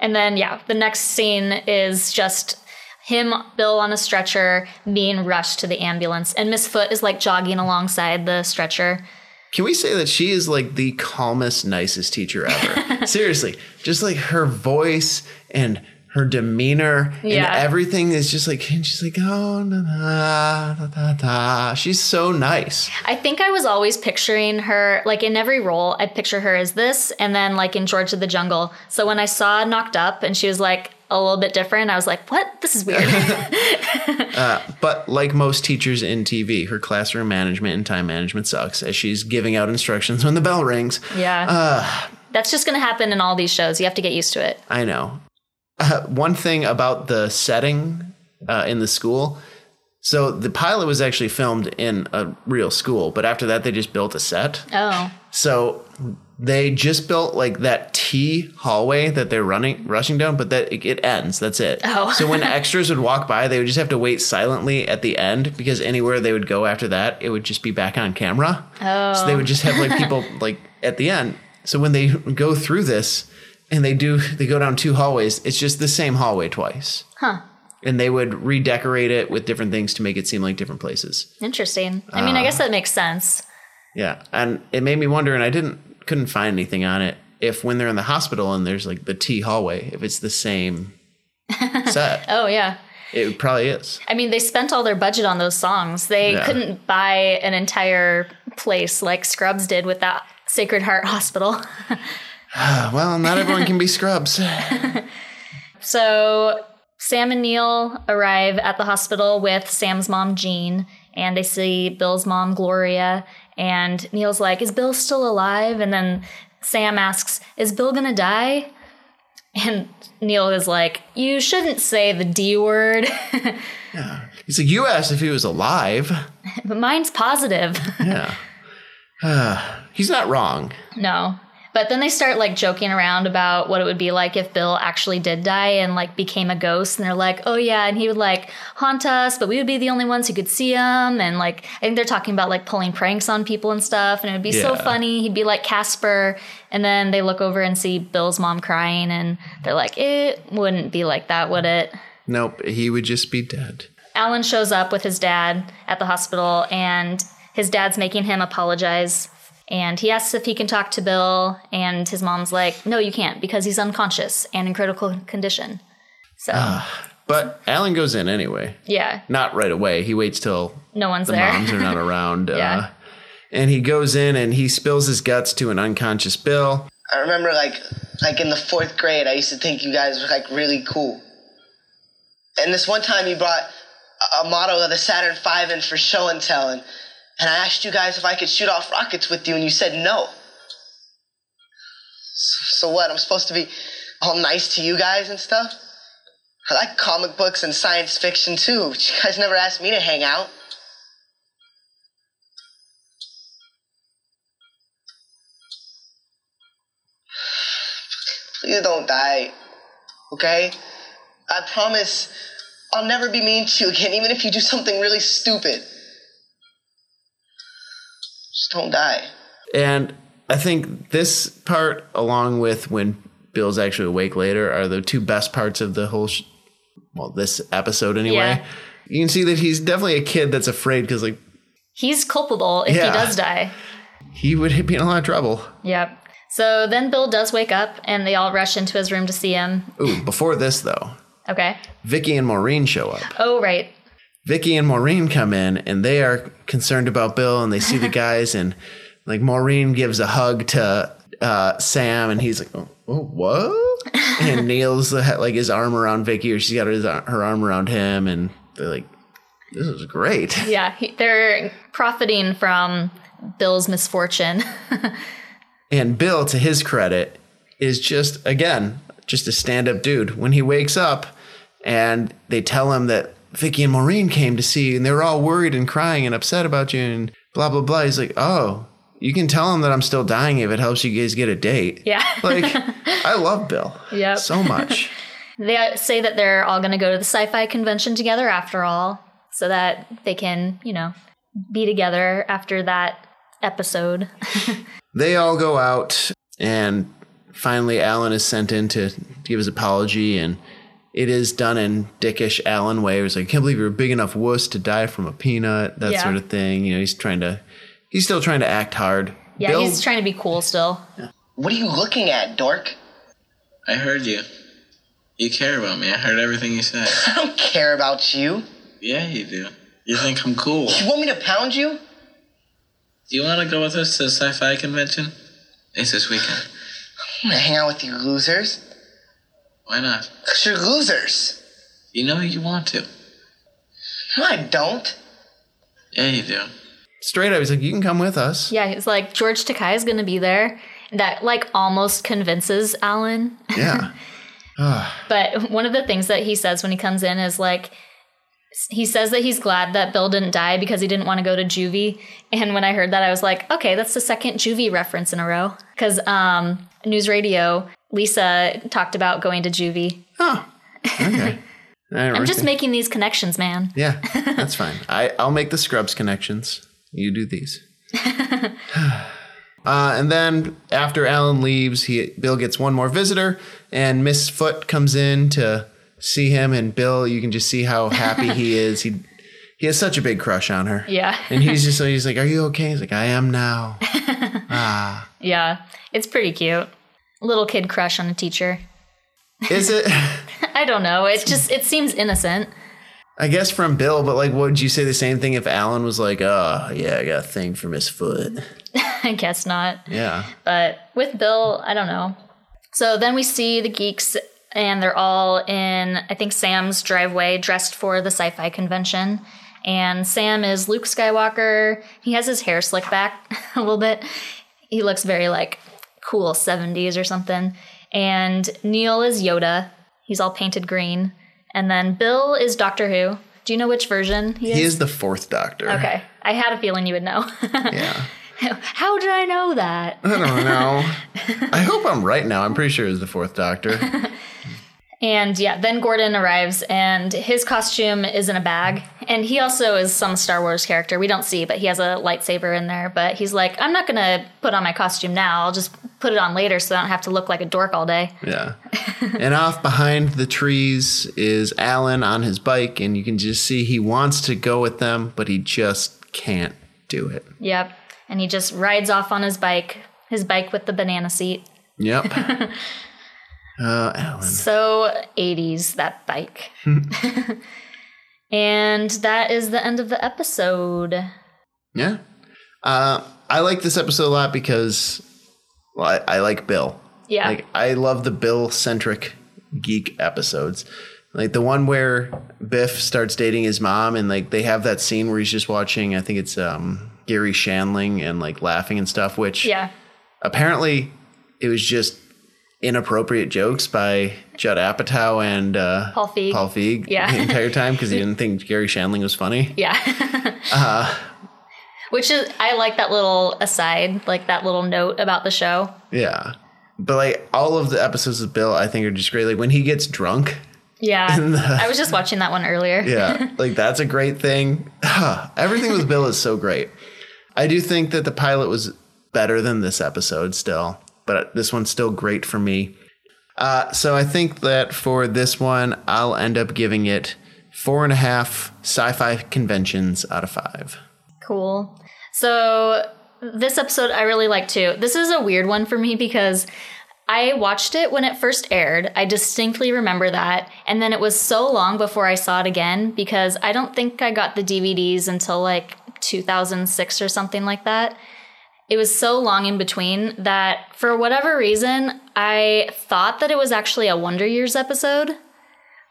Speaker 6: And then, yeah, the next scene is just him, Bill on a stretcher, being rushed to the ambulance. And Miss Foot is like jogging alongside the stretcher.
Speaker 5: Can we say that she is like the calmest, nicest teacher ever? Seriously, just like her voice and her demeanor
Speaker 6: Yeah.
Speaker 5: and everything is just like, and she's like, oh, na, na, da, da, da. She's so nice.
Speaker 6: I think I was always picturing her, like in every role, I'd picture her as this, and then like in George of the Jungle. So when I saw Knocked Up and she was like a little bit different, I was like, what? This is weird.
Speaker 5: Uh, but like most teachers in TV, her classroom management and time management sucks as she's giving out instructions when the bell rings.
Speaker 6: yeah.
Speaker 5: Uh,
Speaker 6: That's just going to happen in all these shows. You have to get used to it.
Speaker 5: I know. Uh, one thing about the setting uh, in the school. So the pilot was actually filmed in a real school, but after that, they just built a set.
Speaker 6: Oh.
Speaker 5: So they just built like that T hallway that they're running rushing down, but that it, it ends. That's it.
Speaker 6: Oh.
Speaker 5: so when extras would walk by, they would just have to wait silently at the end because anywhere they would go after that, it would just be back on camera.
Speaker 6: Oh.
Speaker 5: So they would just have like people like at the end. So when they go through this and they do they go down two hallways, it's just the same hallway twice.
Speaker 6: Huh.
Speaker 5: And they would redecorate it with different things to make it seem like different places.
Speaker 6: Interesting. I mean, I
Speaker 5: Uh.
Speaker 6: guess that makes sense.
Speaker 5: Yeah, and it made me wonder, and I didn't couldn't find anything on it. If when they're in the hospital and there's like the T hallway, if it's the same set,
Speaker 6: Oh, yeah.
Speaker 5: it probably is.
Speaker 6: I mean, they spent all their budget on those songs. They
Speaker 5: Yeah.
Speaker 6: couldn't buy an entire place like Scrubs did with that Sacred Heart Hospital.
Speaker 5: Uh, well, not everyone can be scrubs.
Speaker 6: So Sam and Neil arrive at the hospital with Sam's mom, Jean, and they see Bill's mom, Gloria. And Neil's like, Is Bill still alive? And then Sam asks, Is Bill gonna die? And Neil is like, You shouldn't say the D word,
Speaker 5: He's like, you asked if he was alive.
Speaker 6: but mine's positive.
Speaker 5: Yeah, he's not wrong.
Speaker 6: No. But then they start like joking around about what it would be like if Bill actually did die and like became a ghost. And they're like, oh yeah, and he would like haunt us, but we would be the only ones who could see him. And like, I think they're talking about like pulling pranks on people and stuff. And it would be so
Speaker 11: Yeah.
Speaker 6: funny. He'd be like Casper. And then they look over and see Bill's mom crying. And they're like, it wouldn't be like that, would it?
Speaker 5: Nope, he would just be dead.
Speaker 6: Alan shows up with his dad at the hospital, and his dad's making him apologize. And he asks if he can talk to Bill, and his mom's like, No, you can't because he's unconscious and in critical condition. So,
Speaker 5: Ah, but Alan goes in anyway.
Speaker 6: yeah,
Speaker 5: Not right away. He waits till
Speaker 6: no one's
Speaker 5: the
Speaker 6: there.
Speaker 5: moms are not around.
Speaker 6: Yeah.
Speaker 5: uh, and he goes in and he spills his guts to an unconscious Bill.
Speaker 12: I remember like like in the fourth grade, I used to think you guys were like really cool. And this one time, you brought a- a model of the Saturn V in for show and tell, and, and I asked you guys if I could shoot off rockets with you, and you said no. So, so what? I'm supposed to be all nice to you guys and stuff. I like comic books and science fiction too, but you guys never asked me to hang out. Please don't die. Okay? I promise I'll never be mean to you again, even if you do something really stupid. Just don't die.
Speaker 5: And I think this part, along with when Bill's actually awake later, are the two best parts of the whole, sh- well, this episode anyway.
Speaker 6: Yeah.
Speaker 5: You can see that he's definitely a kid that's afraid because, like,
Speaker 6: He's culpable if
Speaker 5: Yeah.
Speaker 6: he does die.
Speaker 5: he would be in a lot of trouble.
Speaker 6: Yep. So then Bill does wake up, and they all rush into his room to see him.
Speaker 5: Ooh, before this, though,
Speaker 6: Okay.
Speaker 5: Vicky and Maureen show up.
Speaker 6: Oh, right.
Speaker 5: Vicky and Maureen come in and they are concerned about Bill and they see the guys and like Maureen gives a hug to uh, Sam and he's like, oh, oh, what? and nails the, he- like his arm around Vicky or she's got his, ar- her arm around him and they're like, this is great.
Speaker 6: Yeah, he, they're profiting from Bill's misfortune.
Speaker 5: And Bill, to his credit, is just, again, just a stand up dude. When he wakes up and they tell him that Vicky and Maureen came to see you and they were all worried and crying and upset about you and blah, blah, blah, he's like, oh, you can tell them that I'm still dying if it helps you guys get a date.
Speaker 6: Yeah.
Speaker 5: Like, I love Bill
Speaker 6: yep.
Speaker 5: so much.
Speaker 6: They say that they're all going to go to the sci fi convention together after all, so that they can, you know, be together after that episode.
Speaker 5: They all go out, and finally, Alan is sent in to give his apology, and it is done in dickish Alan way. It was like, I can't believe you're a big enough wuss to die from a peanut, that
Speaker 6: Yeah.
Speaker 5: sort of thing. You know, he's trying to, he's still trying to act hard.
Speaker 6: Yeah,
Speaker 5: Bill-
Speaker 6: he's trying to be cool still.
Speaker 12: What are you looking at, dork?
Speaker 7: I heard you. You care about me. I heard everything you said.
Speaker 12: I don't care about you.
Speaker 7: Yeah, you do. You think I'm cool.
Speaker 12: You want me to pound you?
Speaker 7: Do you want to go with us to the sci fi convention? It's this weekend.
Speaker 12: I'm gonna hang out with you losers.
Speaker 7: Why not?
Speaker 12: Because you're losers.
Speaker 7: You know you want to.
Speaker 12: No, I don't.
Speaker 7: Yeah, you do.
Speaker 5: Straight up, he's like, You can come with us.
Speaker 6: Yeah, he's like, George Takei is going to be there. That, like, almost convinces Alan.
Speaker 5: Yeah. Ah.
Speaker 6: But one of the things that he says when he comes in is like, he says that he's glad that Bill didn't die because he didn't want to go to juvie. And when I heard that, I was like, okay, that's the second juvie reference in a row. Because um, news radio, Lisa talked about going to juvie.
Speaker 5: Oh, I don't
Speaker 6: I'm
Speaker 5: really
Speaker 6: just
Speaker 5: think-
Speaker 6: making these connections, man.
Speaker 5: Yeah, that's fine. I, I'll make the Scrubs connections. You do these. uh, and then after Alan leaves, he Bill gets one more visitor, and Miss Foot comes in to see him. And Bill, you can just see how happy he is. He he has such a big crush on her,
Speaker 6: Yeah.
Speaker 5: and he's just like, he's like, "Are you okay?" He's like, "I am now." ah,
Speaker 6: yeah, it's pretty cute. Little kid crush on a teacher.
Speaker 5: is it?
Speaker 6: I don't know. It's just, it seems innocent.
Speaker 5: I guess from Bill, but like, would you say the same thing if Alan was like, "Oh, yeah, I got a thing for Miss Foot."
Speaker 6: I guess not.
Speaker 5: Yeah.
Speaker 6: But with Bill, I don't know. So then we see the geeks, and they're all in, I think, Sam's driveway dressed for the sci fi convention. And Sam is Luke Skywalker. He has his hair slicked back a little bit. He looks very like cool 70s or something. And Neil is Yoda. He's all painted green. And then Bill is Doctor Who. Do you know which version he is?
Speaker 5: He is the fourth doctor.
Speaker 6: Okay. I had a feeling you would know.
Speaker 5: Yeah.
Speaker 6: How did I know that?
Speaker 5: I don't know. I hope I'm right now. I'm pretty sure it's the fourth doctor.
Speaker 6: And yeah, then Gordon arrives and his costume is in a bag. And he also is some Star Wars character we don't see, but he has a lightsaber in there. But he's like, I'm not going to put on my costume now. I'll just put it on later so I don't have to look like a dork all day.
Speaker 5: Yeah. and off behind the trees is Alan on his bike, and you can just see he wants to go with them, but he just can't do it.
Speaker 6: Yep. And he just rides off on his bike, his bike with the banana seat.
Speaker 5: Yep. uh, Alan.
Speaker 6: So 80s, that bike. and that is the end of the episode.
Speaker 5: Yeah. Uh, I like this episode a lot because well, I, I like Bill.
Speaker 6: Yeah.
Speaker 5: Like I love the Bill centric geek episodes. Like the one where Biff starts dating his mom and like they have that scene where he's just watching I think it's um Gary Shandling and like laughing and stuff, which
Speaker 6: Yeah.
Speaker 5: apparently it was just inappropriate jokes by Judd Apatow and uh,
Speaker 6: Paul Feig.
Speaker 5: Paul Feig
Speaker 6: Yeah.
Speaker 5: the entire time because he didn't think Gary Shandling was funny.
Speaker 6: Yeah.
Speaker 5: Uh,
Speaker 6: Which is, I like that little aside, like that little note about the show.
Speaker 5: yeah. But like all of the episodes of Bill, I think are just great. Like when he gets drunk,
Speaker 6: Yeah.
Speaker 5: And the-
Speaker 6: I was just watching that one earlier.
Speaker 5: yeah, like that's a great thing. Everything with Bill is so great. I do think that the pilot was better than this episode still, but this one's still great for me. Uh, so I think that for this one, I'll end up giving it four and a half sci fi conventions out of five.
Speaker 6: Cool. So this episode I really like too. This is a weird one for me because I watched it when it first aired. I distinctly remember that. And then it was so long before I saw it again because I don't think I got the DVDs until like 2006 or something like that. It was so long in between that for whatever reason, I thought that it was actually a Wonder Years episode.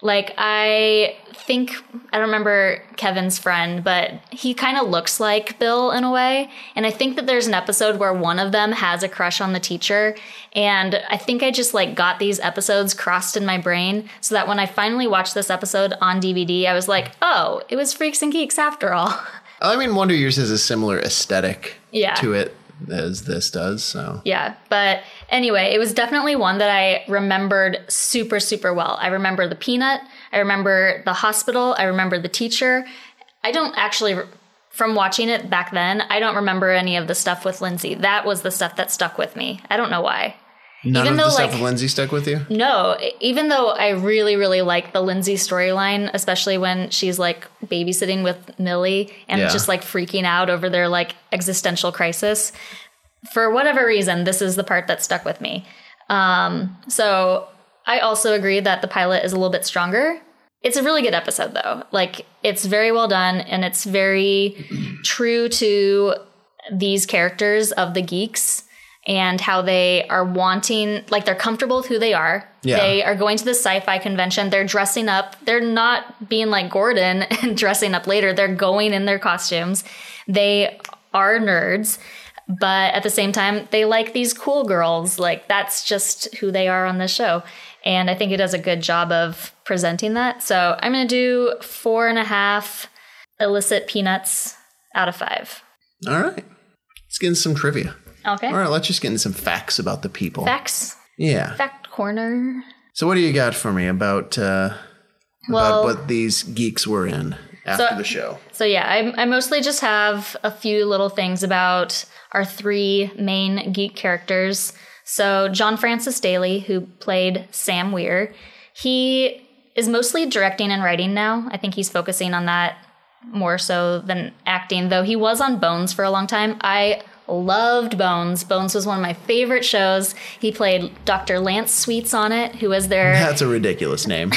Speaker 6: Like I think I don't remember Kevin's friend, but he kind of looks like Bill in a way. And I think that there's an episode where one of them has a crush on the teacher, and I think I just like got these episodes crossed in my brain so that when I finally watched this episode on DVD, I was like, "Oh, it was Freaks and Geeks after all."
Speaker 5: I mean, Wonder Years has a similar aesthetic
Speaker 6: Yeah.
Speaker 5: to it as this does. So,
Speaker 6: Yeah, but anyway, it was definitely one that I remembered super, super well. I remember the peanut, I remember the hospital, I remember the teacher. I don't actually, from watching it back then, I don't remember any of the stuff with Lindsay. That was the stuff that stuck with me. I don't know why.
Speaker 5: none
Speaker 6: Even
Speaker 5: of the
Speaker 6: though,
Speaker 5: stuff
Speaker 6: like-
Speaker 5: with Lindsay stuck with you?
Speaker 6: No, e, even though I really, really like the Lindsay storyline, especially when she's like babysitting with Millie and
Speaker 5: Yeah.
Speaker 6: just like freaking out over their like existential crisis, for whatever reason, this is the part that stuck with me. Um, so I also agree that the pilot is a little bit stronger. It's a really good episode though. Like it's very well done and it's very true to these characters of the geeks and how they are wanting like they're comfortable with who they are.
Speaker 11: Yeah.
Speaker 6: They are going to the sci-fi convention, they're dressing up. They're not being like Gordon and dressing up later. They're going in their costumes. They are nerds, but at the same time they like these cool girls. Like that's just who they are on this show. And I think it does a good job of presenting that. So I'm gonna do four and a half illicit peanuts out of five.
Speaker 5: All right. Let's get into some trivia.
Speaker 6: Okay.
Speaker 5: All right, let's just get into some facts about the people.
Speaker 6: Facts.
Speaker 5: Yeah.
Speaker 6: Fact corner.
Speaker 5: So what do you got for me about uh,
Speaker 6: Well-
Speaker 5: about what these geeks were in after
Speaker 6: So-
Speaker 5: the show?
Speaker 6: So yeah, I, I mostly just have a few little things about our three main geek characters. So John Francis Daly, who played Sam Weir, he is mostly directing and writing now. I think he's focusing on that more so than acting, though he was on Bones for a long time. I loved Bones. Bones was one of my favorite shows. He played Dr. Lance Sweets on it, who was their
Speaker 5: That's a ridiculous name.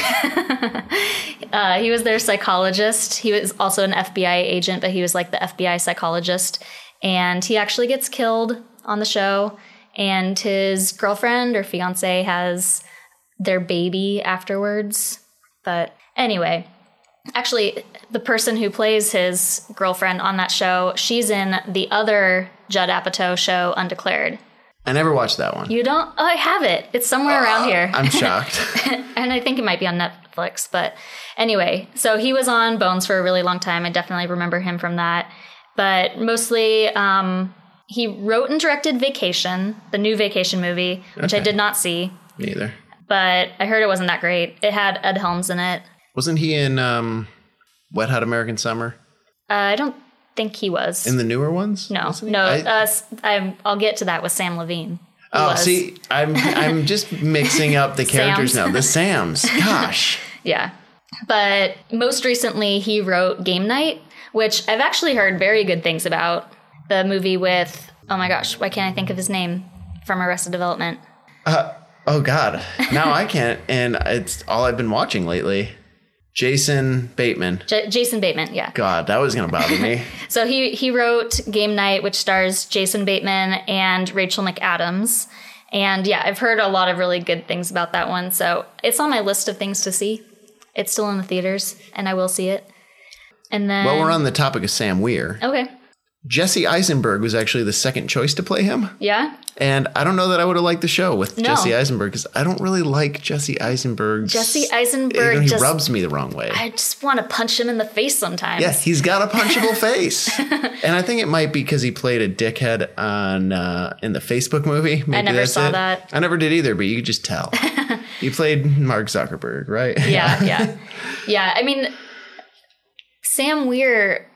Speaker 6: Uh, he was their psychologist. He was also an FBI agent, but he was like the FBI psychologist. And he actually gets killed on the show. And his girlfriend or fiance has their baby afterwards. But anyway, actually, the person who plays his girlfriend on that show, she's in the other Judd Apatow show, Undeclared.
Speaker 5: I never watched that one.
Speaker 6: You don't? Oh, I have it. It's somewhere around here.
Speaker 5: I'm shocked.
Speaker 6: and I think it might be on Netflix. But anyway, so he was on Bones for a really long time. I definitely remember him from that. But mostly, um, He wrote and directed Vacation, the new Vacation movie, which I
Speaker 5: Okay.
Speaker 6: did not see,
Speaker 5: Me either.
Speaker 6: but I heard it wasn't that great. It had Ed Helms in it.
Speaker 5: Wasn't he in um, Wet Hot American Summer?
Speaker 6: Uh, I don't think he was.
Speaker 5: In the newer ones?
Speaker 6: no, no.
Speaker 5: I-
Speaker 6: uh, s- I'm, I'll get to that with Sam Levine. He
Speaker 5: Oh,
Speaker 6: was.
Speaker 5: see, I'm I'm just mixing up the characters
Speaker 6: Sams.
Speaker 5: now. The Sams. Gosh.
Speaker 6: Yeah. But most recently, he wrote Game Night, which I've actually heard very good things about. The movie with, oh my gosh, why can't I think of his name from Arrested Development?
Speaker 5: Uh, oh God. Now I can't, and it's all I've been watching lately. Jason Bateman.
Speaker 6: J- Jason Bateman, yeah.
Speaker 5: God, that was gonna bother me.
Speaker 6: So he, he wrote Game Night, which stars Jason Bateman and Rachel McAdams. And yeah, I've heard a lot of really good things about that one. So it's on my list of things to see. It's still in the theaters, and I will see it. And then.
Speaker 5: well, we're on the topic of Sam Weir.
Speaker 6: Okay.
Speaker 5: Jesse Eisenberg was actually the second choice to play him,
Speaker 6: Yeah.
Speaker 5: and I don't know that I would have liked the show with
Speaker 6: No.
Speaker 5: Jesse Eisenberg because I don't really like Jesse Eisenberg.
Speaker 6: Jesse Eisenberg.
Speaker 5: He
Speaker 6: just,
Speaker 5: rubs me the wrong way.
Speaker 6: I just want to punch him in the face sometimes.
Speaker 5: Yeah, he's got a punchable face, and I think it might be because he played a dickhead on uh, in the Facebook movie. Maybe
Speaker 6: never
Speaker 5: that's
Speaker 6: saw
Speaker 5: it.
Speaker 6: that.
Speaker 5: I never did either, but you could just tell. you played Mark Zuckerberg, right?
Speaker 6: Yeah, yeah. yeah, I mean, Sam Weir,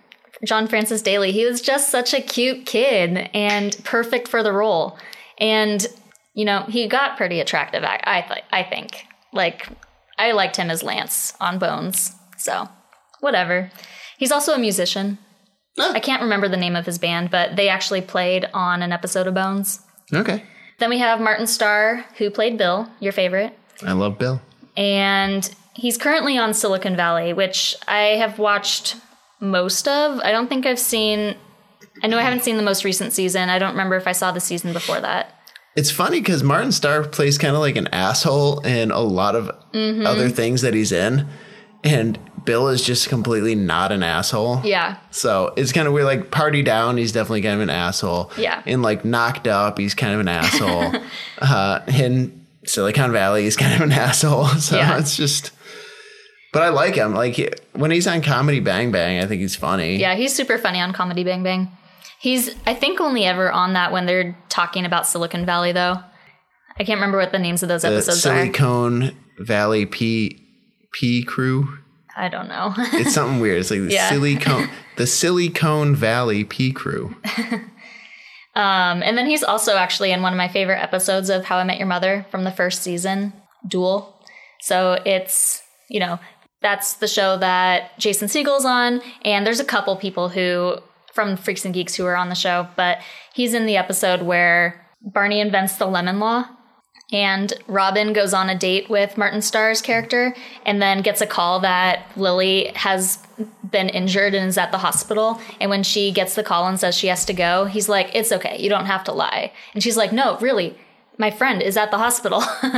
Speaker 6: John Francis Daly, he was just such a cute kid and perfect for the role. And, you know, he got pretty attractive, I, I, th- I think. Like, I liked him as Lance on Bones. So, whatever. He's also a musician. I can't remember the name of his band, but they actually played on an episode of Bones.
Speaker 5: okay,
Speaker 6: Then we have Martin Starr, who played Bill, your favorite
Speaker 5: I love Bill.
Speaker 6: and he's currently on Silicon Valley, which I have watched most of. I don't think I've seen. I know I haven't seen the most recent season. I don't remember if I saw the season before that.
Speaker 5: It's funny because Martin Starr plays kind of like an asshole in a lot of
Speaker 6: Mhm.
Speaker 5: other things that he's in, and Bill is just completely not an asshole.
Speaker 6: Yeah.
Speaker 5: So it's kind of weird. Like Party Down, he's definitely kind of an asshole.
Speaker 6: Yeah.
Speaker 5: And like Knocked Up, he's kind of an asshole. uh, in Silicon Valley, he's kind of an asshole. So
Speaker 6: Yeah.
Speaker 5: it's just. But I like him. Like he- when he's on Comedy Bang Bang, I think he's funny.
Speaker 6: Yeah, he's super funny on Comedy Bang Bang. He's, I think, only ever on that when they're talking about Silicon Valley, though. I can't remember what the names of those
Speaker 5: The
Speaker 6: episodes are.
Speaker 5: Silicon Valley P P crew.
Speaker 6: I don't know.
Speaker 5: It's something weird. It's like the
Speaker 6: Yeah.
Speaker 5: silly cone, the silly cone Valley P crew.
Speaker 6: Um, and then he's also actually in one of my favorite episodes of How I Met Your Mother from the first season, Duel. So it's, you know, that's the show that Jason Siegel's on. And there's a couple people who, from Freaks and Geeks, who are on the show, but he's in the episode where Barney invents the lemon law. And Robin goes on a date with Martin Starr's character and then gets a call that Lily has been injured and is at the hospital. And when she gets the call and says she has to go, he's like, It's okay, you don't have to lie. And she's like, No, really, my friend is at the hospital.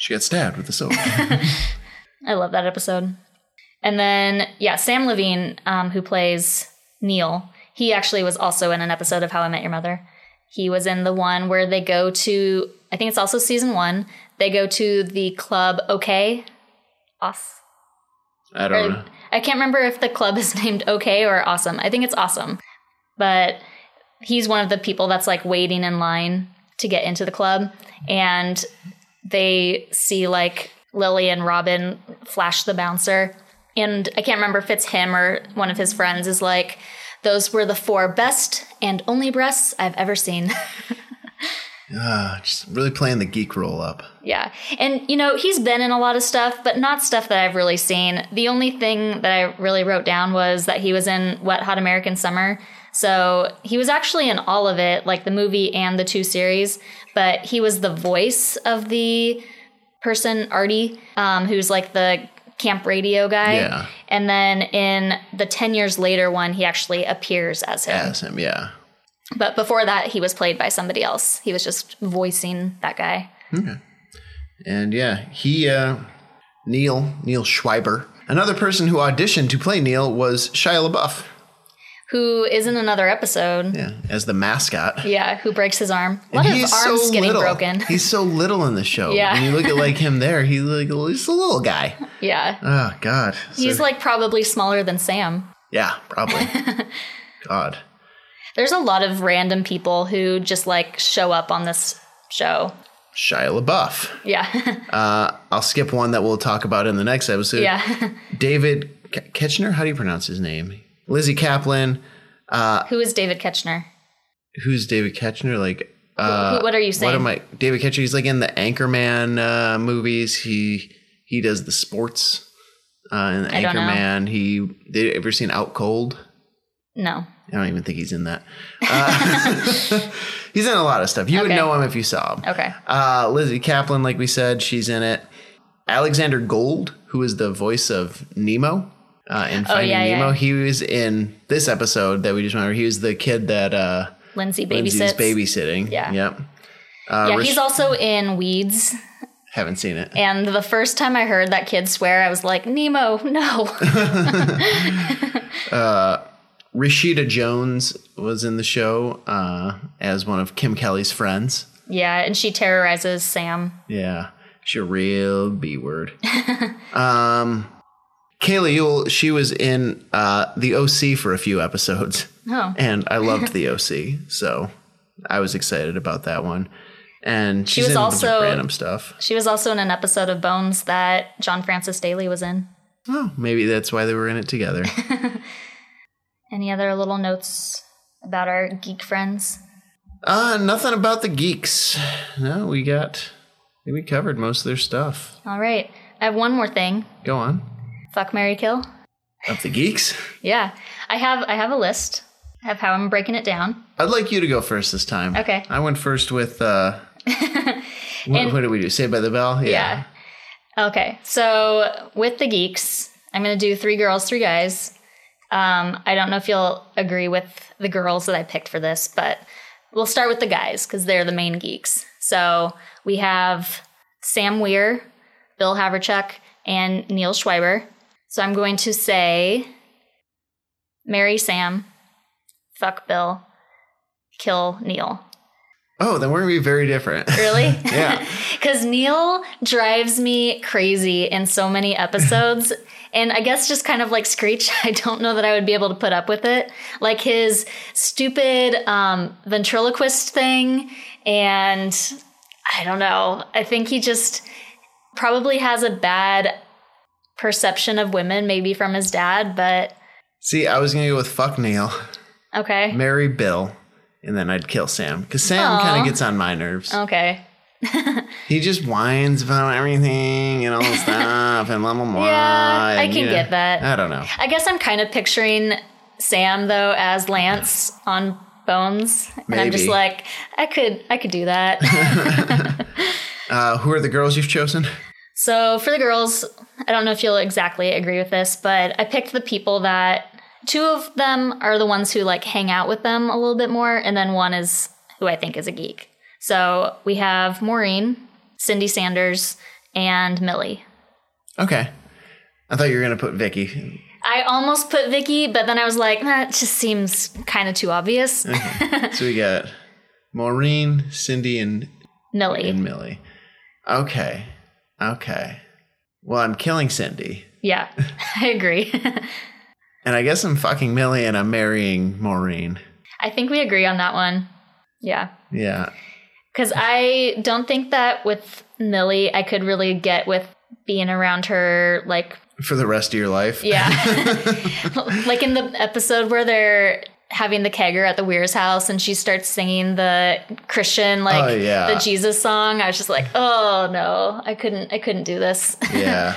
Speaker 5: She got stabbed with a sword.
Speaker 6: I love that episode. And then, yeah, Sam Levine, um, who plays Neil, he actually was also in an episode of How I Met Your Mother. He was in the one where they go to, I think it's also season one, they go to the club OK. Off.
Speaker 5: I don't know.
Speaker 6: I can't remember if the club is named OK or Awesome. I think it's Awesome. But he's one of the people that's like waiting in line to get into the club. And they see like Lily and Robin flash the bouncer. And I can't remember if it's him or one of his friends is like, those were the four best and only breasts I've ever seen.
Speaker 5: Ah, just really playing the geek roll up.
Speaker 6: yeah. And, you know, he's been in a lot of stuff, but not stuff that I've really seen. The only thing that I really wrote down was that he was in Wet Hot American Summer. So he was actually in all of it, like the movie and the two series, but he was the voice of the person, Artie, um, who's like the camp radio guy.
Speaker 5: Yeah.
Speaker 6: And then in the 10 years later one, he actually appears as him.
Speaker 5: As him, yeah.
Speaker 6: But before that, he was played by somebody else. He was just voicing that guy.
Speaker 5: Okay. And yeah, he uh Neil, Neil Schreiber. Another person who auditioned to play Neil was Shia LaBeouf
Speaker 6: who is in another episode. Yeah,
Speaker 5: as the mascot.
Speaker 6: who breaks his arm. A
Speaker 5: And
Speaker 6: lot of
Speaker 5: he's
Speaker 6: arms
Speaker 5: so
Speaker 6: getting
Speaker 5: little.
Speaker 6: broken.
Speaker 5: He's so little in the show.
Speaker 6: Yeah.
Speaker 5: When you look at like him there, he's like he's a little guy.
Speaker 6: yeah.
Speaker 5: Oh God.
Speaker 6: He's
Speaker 5: So-
Speaker 6: like probably smaller than Sam.
Speaker 5: Yeah, probably. God.
Speaker 6: There's a lot of random people who just like show up on this show.
Speaker 5: Shia LaBeouf.
Speaker 6: Yeah.
Speaker 5: Uh, I'll skip one that we'll talk about in the next episode.
Speaker 6: yeah.
Speaker 5: David K- Ketchner, how do you pronounce his name? Lizzie Kaplan. Uh,
Speaker 6: who is David Ketchner?
Speaker 5: who's David Ketchner? Like, uh,
Speaker 6: who- what are you saying?
Speaker 5: What am I? David Ketchner. He's like in the Anchorman uh, movies. He he does the sports. Uh, in
Speaker 6: I don't know.
Speaker 5: Anchorman, he did. you Ever seen Out Cold?
Speaker 6: No.
Speaker 5: I don't even think he's in that. Uh, he's in a lot of stuff. You would
Speaker 6: Okay.
Speaker 5: know him if you saw him.
Speaker 6: Okay.
Speaker 5: Uh, Lizzie Kaplan, like we said, she's in it. Alexander Gold, who is the voice of Nemo uh, in
Speaker 6: Oh,
Speaker 5: Finding
Speaker 6: yeah,
Speaker 5: Nemo,
Speaker 6: yeah.
Speaker 5: he was in this episode that we just remember. He was the kid that uh,
Speaker 6: Lindsay
Speaker 5: Lindsay's
Speaker 6: babysits.
Speaker 5: babysitting.
Speaker 6: Yeah.
Speaker 5: Yep. Uh,
Speaker 6: yeah,
Speaker 5: Rish-
Speaker 6: he's also in Weeds.
Speaker 5: haven't seen it.
Speaker 6: And the first time I heard that kid swear, I was like, Nemo, no.
Speaker 5: Uh, Rashida Jones was in the show uh, as one of Kim Kelly's friends.
Speaker 6: yeah, and she terrorizes Sam.
Speaker 5: Yeah, she's a real B word. um, Kayla Yule, she was in uh, the OC for a few episodes,
Speaker 6: Oh.
Speaker 5: and I loved the OC, so I was excited about that one. And
Speaker 6: She
Speaker 5: she's
Speaker 6: was
Speaker 5: in a bunch of
Speaker 6: also-
Speaker 5: random stuff.
Speaker 6: She was also in an episode of Bones that John Francis Daly was in.
Speaker 5: Oh. Maybe that's why they were in it together.
Speaker 6: Any other little notes about our geek friends?
Speaker 5: uh, nothing about the geeks. No, we got we covered most of their stuff.
Speaker 6: All right. I have one more thing.
Speaker 5: Go on.
Speaker 6: Fuck Mary Kill.
Speaker 5: Of the geeks,
Speaker 6: Yeah. I have I have a list of how I'm breaking it down.
Speaker 5: I'd like you to go first this time.
Speaker 6: Okay.
Speaker 5: I went first with. Uh, what,
Speaker 6: And-
Speaker 5: what did we do? Saved by the Bell.
Speaker 6: Yeah. Okay. So with the geeks, I'm going to do three girls, three guys. Um, I don't know if you'll agree with the girls that I picked for this, but we'll start with the guys because they're the main geeks. So we have Sam Weir, Bill Haverchuk, and Neil Schreiber. So I'm going to say marry Sam, fuck Bill, kill Neil.
Speaker 5: Oh, then we're gonna be very different.
Speaker 6: Really?
Speaker 5: yeah.
Speaker 6: Because Neil drives me crazy in so many episodes. and I guess just kind of like Screech, I don't know that I would be able to put up with it. Like his stupid um, ventriloquist thing. And I don't know. I think he just probably has a bad perception of women, maybe from his dad, but
Speaker 5: See, I was gonna go with fuck Neil,
Speaker 6: okay.
Speaker 5: marry Bill, and then I'd kill Sam because Sam
Speaker 6: Aw.
Speaker 5: kind of gets on my nerves.
Speaker 6: Okay.
Speaker 5: He just whines about everything and all this stuff and blah blah blah.
Speaker 6: Yeah, I
Speaker 5: and,
Speaker 6: can
Speaker 5: you know,
Speaker 6: get that.
Speaker 5: I don't know.
Speaker 6: I guess I'm kind of picturing Sam though as Lance on Bones, and I'm just
Speaker 5: Maybe.
Speaker 6: like, I could, I could do that.
Speaker 5: Uh, who are the girls you've chosen?
Speaker 6: so for the girls, I don't know if you'll exactly agree with this, but I picked the people that two of them are the ones who like hang out with them a little bit more, and then one is who I think is a geek. So we have Maureen, Cindy Sanders, and Millie.
Speaker 5: Okay. I thought you were gonna put Vicky.
Speaker 6: I almost put Vicky, but then I was like, that just seems kind of too obvious.
Speaker 5: so we got Maureen, Cindy, and
Speaker 6: Millie.
Speaker 5: and Millie. Okay. Okay. Well, I'm killing Cindy.
Speaker 6: Yeah, I agree.
Speaker 5: And I guess I'm fucking Millie and I'm marrying Maureen.
Speaker 6: I think we agree on that one. Yeah.
Speaker 5: Yeah.
Speaker 6: Because I don't think that with Millie, I could really get with being around her, like,
Speaker 5: For the rest of your life.
Speaker 6: yeah. like in the episode where they're having the kegger at the Weir's house and she starts singing the Christian, like,
Speaker 5: Oh, yeah.
Speaker 6: the Jesus song. I was just like, oh no, I couldn't, I couldn't do this.
Speaker 5: Yeah.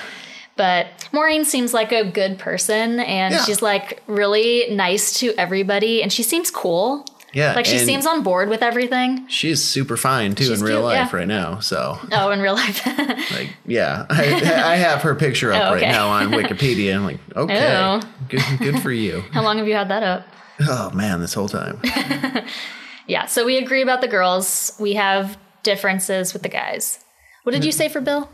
Speaker 6: But Maureen seems like a good person and
Speaker 5: Yeah.
Speaker 6: she's like really nice to everybody and she seems cool.
Speaker 5: Yeah.
Speaker 6: Like she
Speaker 5: and
Speaker 6: seems on board with everything.
Speaker 5: She's super fine too
Speaker 6: She's
Speaker 5: in real
Speaker 6: cute,
Speaker 5: life
Speaker 6: yeah.
Speaker 5: right now. So,
Speaker 6: Oh, in real life.
Speaker 5: like, yeah. I, I have her picture up
Speaker 6: Oh, okay. Oh.
Speaker 5: right now on Wikipedia. I'm like, okay.
Speaker 6: Ew.
Speaker 5: Good, good for you.
Speaker 6: How long have you had that up?
Speaker 5: Oh, man, this whole time.
Speaker 6: Yeah, so we agree about the girls. We have differences with the guys. What did you say for Bill?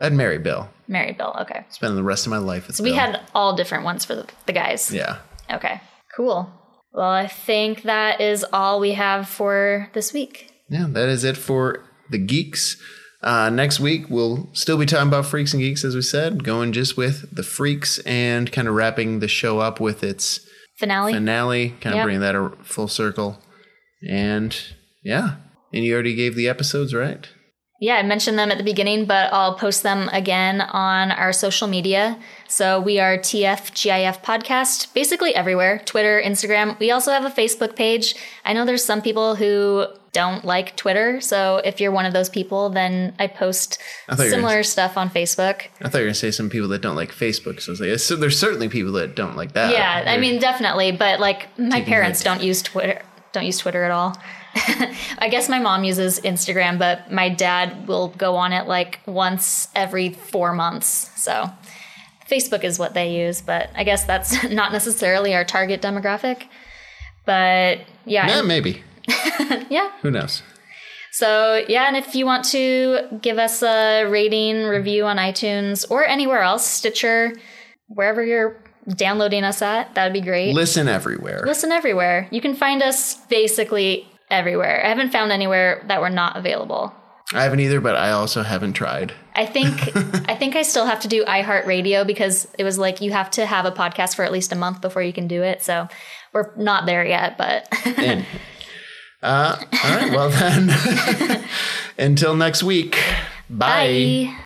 Speaker 5: I'd marry Bill.
Speaker 6: Mary Bill. Okay.
Speaker 5: Spend the rest of my life with
Speaker 6: So
Speaker 5: Bill.
Speaker 6: we had all different ones for the, the guys.
Speaker 5: Yeah.
Speaker 6: Okay. Cool. Well, I think that is all we have for this week.
Speaker 5: Yeah, that is it for the geeks. Uh, next week, we'll still be talking about freaks and geeks, as we said, going just with the freaks and kind of wrapping the show up with its
Speaker 6: finale.
Speaker 5: finale, kind of
Speaker 6: Yeah.
Speaker 5: bring that a full circle. And yeah, and you already gave the episodes, right?
Speaker 6: Yeah, I mentioned them at the beginning, but I'll post them again on our social media. So we are TFGIF Podcast, basically everywhere Twitter, Instagram. We also have a Facebook page. I know there's some people who don't like Twitter. So if you're one of those people, then I post
Speaker 5: I thought you were
Speaker 6: similar stuff on Facebook.
Speaker 5: I thought you were gonna say some people that don't like Facebook. So, I was like, so there's certainly people that don't like that.
Speaker 6: yeah, I
Speaker 5: They're-
Speaker 6: mean, definitely. But like my
Speaker 5: Taking
Speaker 6: parents
Speaker 5: it.
Speaker 6: don't use Twitter. Don't use Twitter at all. I guess my mom uses Instagram, but my dad will go on it like once every four months. So Facebook is what they use, but I guess that's not necessarily our target demographic. But yeah,
Speaker 5: yeah,
Speaker 6: and-
Speaker 5: maybe.
Speaker 6: yeah.
Speaker 5: Who knows?
Speaker 6: So, yeah, and if you want to give us a rating, review on iTunes or anywhere else, Stitcher, wherever you're downloading us at, that'd be great.
Speaker 5: Listen everywhere.
Speaker 6: Listen everywhere. You can find us basically everywhere. I haven't found anywhere that we're not available.
Speaker 5: I haven't either, but I also haven't tried.
Speaker 6: I think I think I still have to do iHeartRadio because it was like you have to have a podcast for at least a month before you can do it. So, we're not there yet, but
Speaker 5: And, uh, all right, well then, until next week. Bye.
Speaker 6: Bye.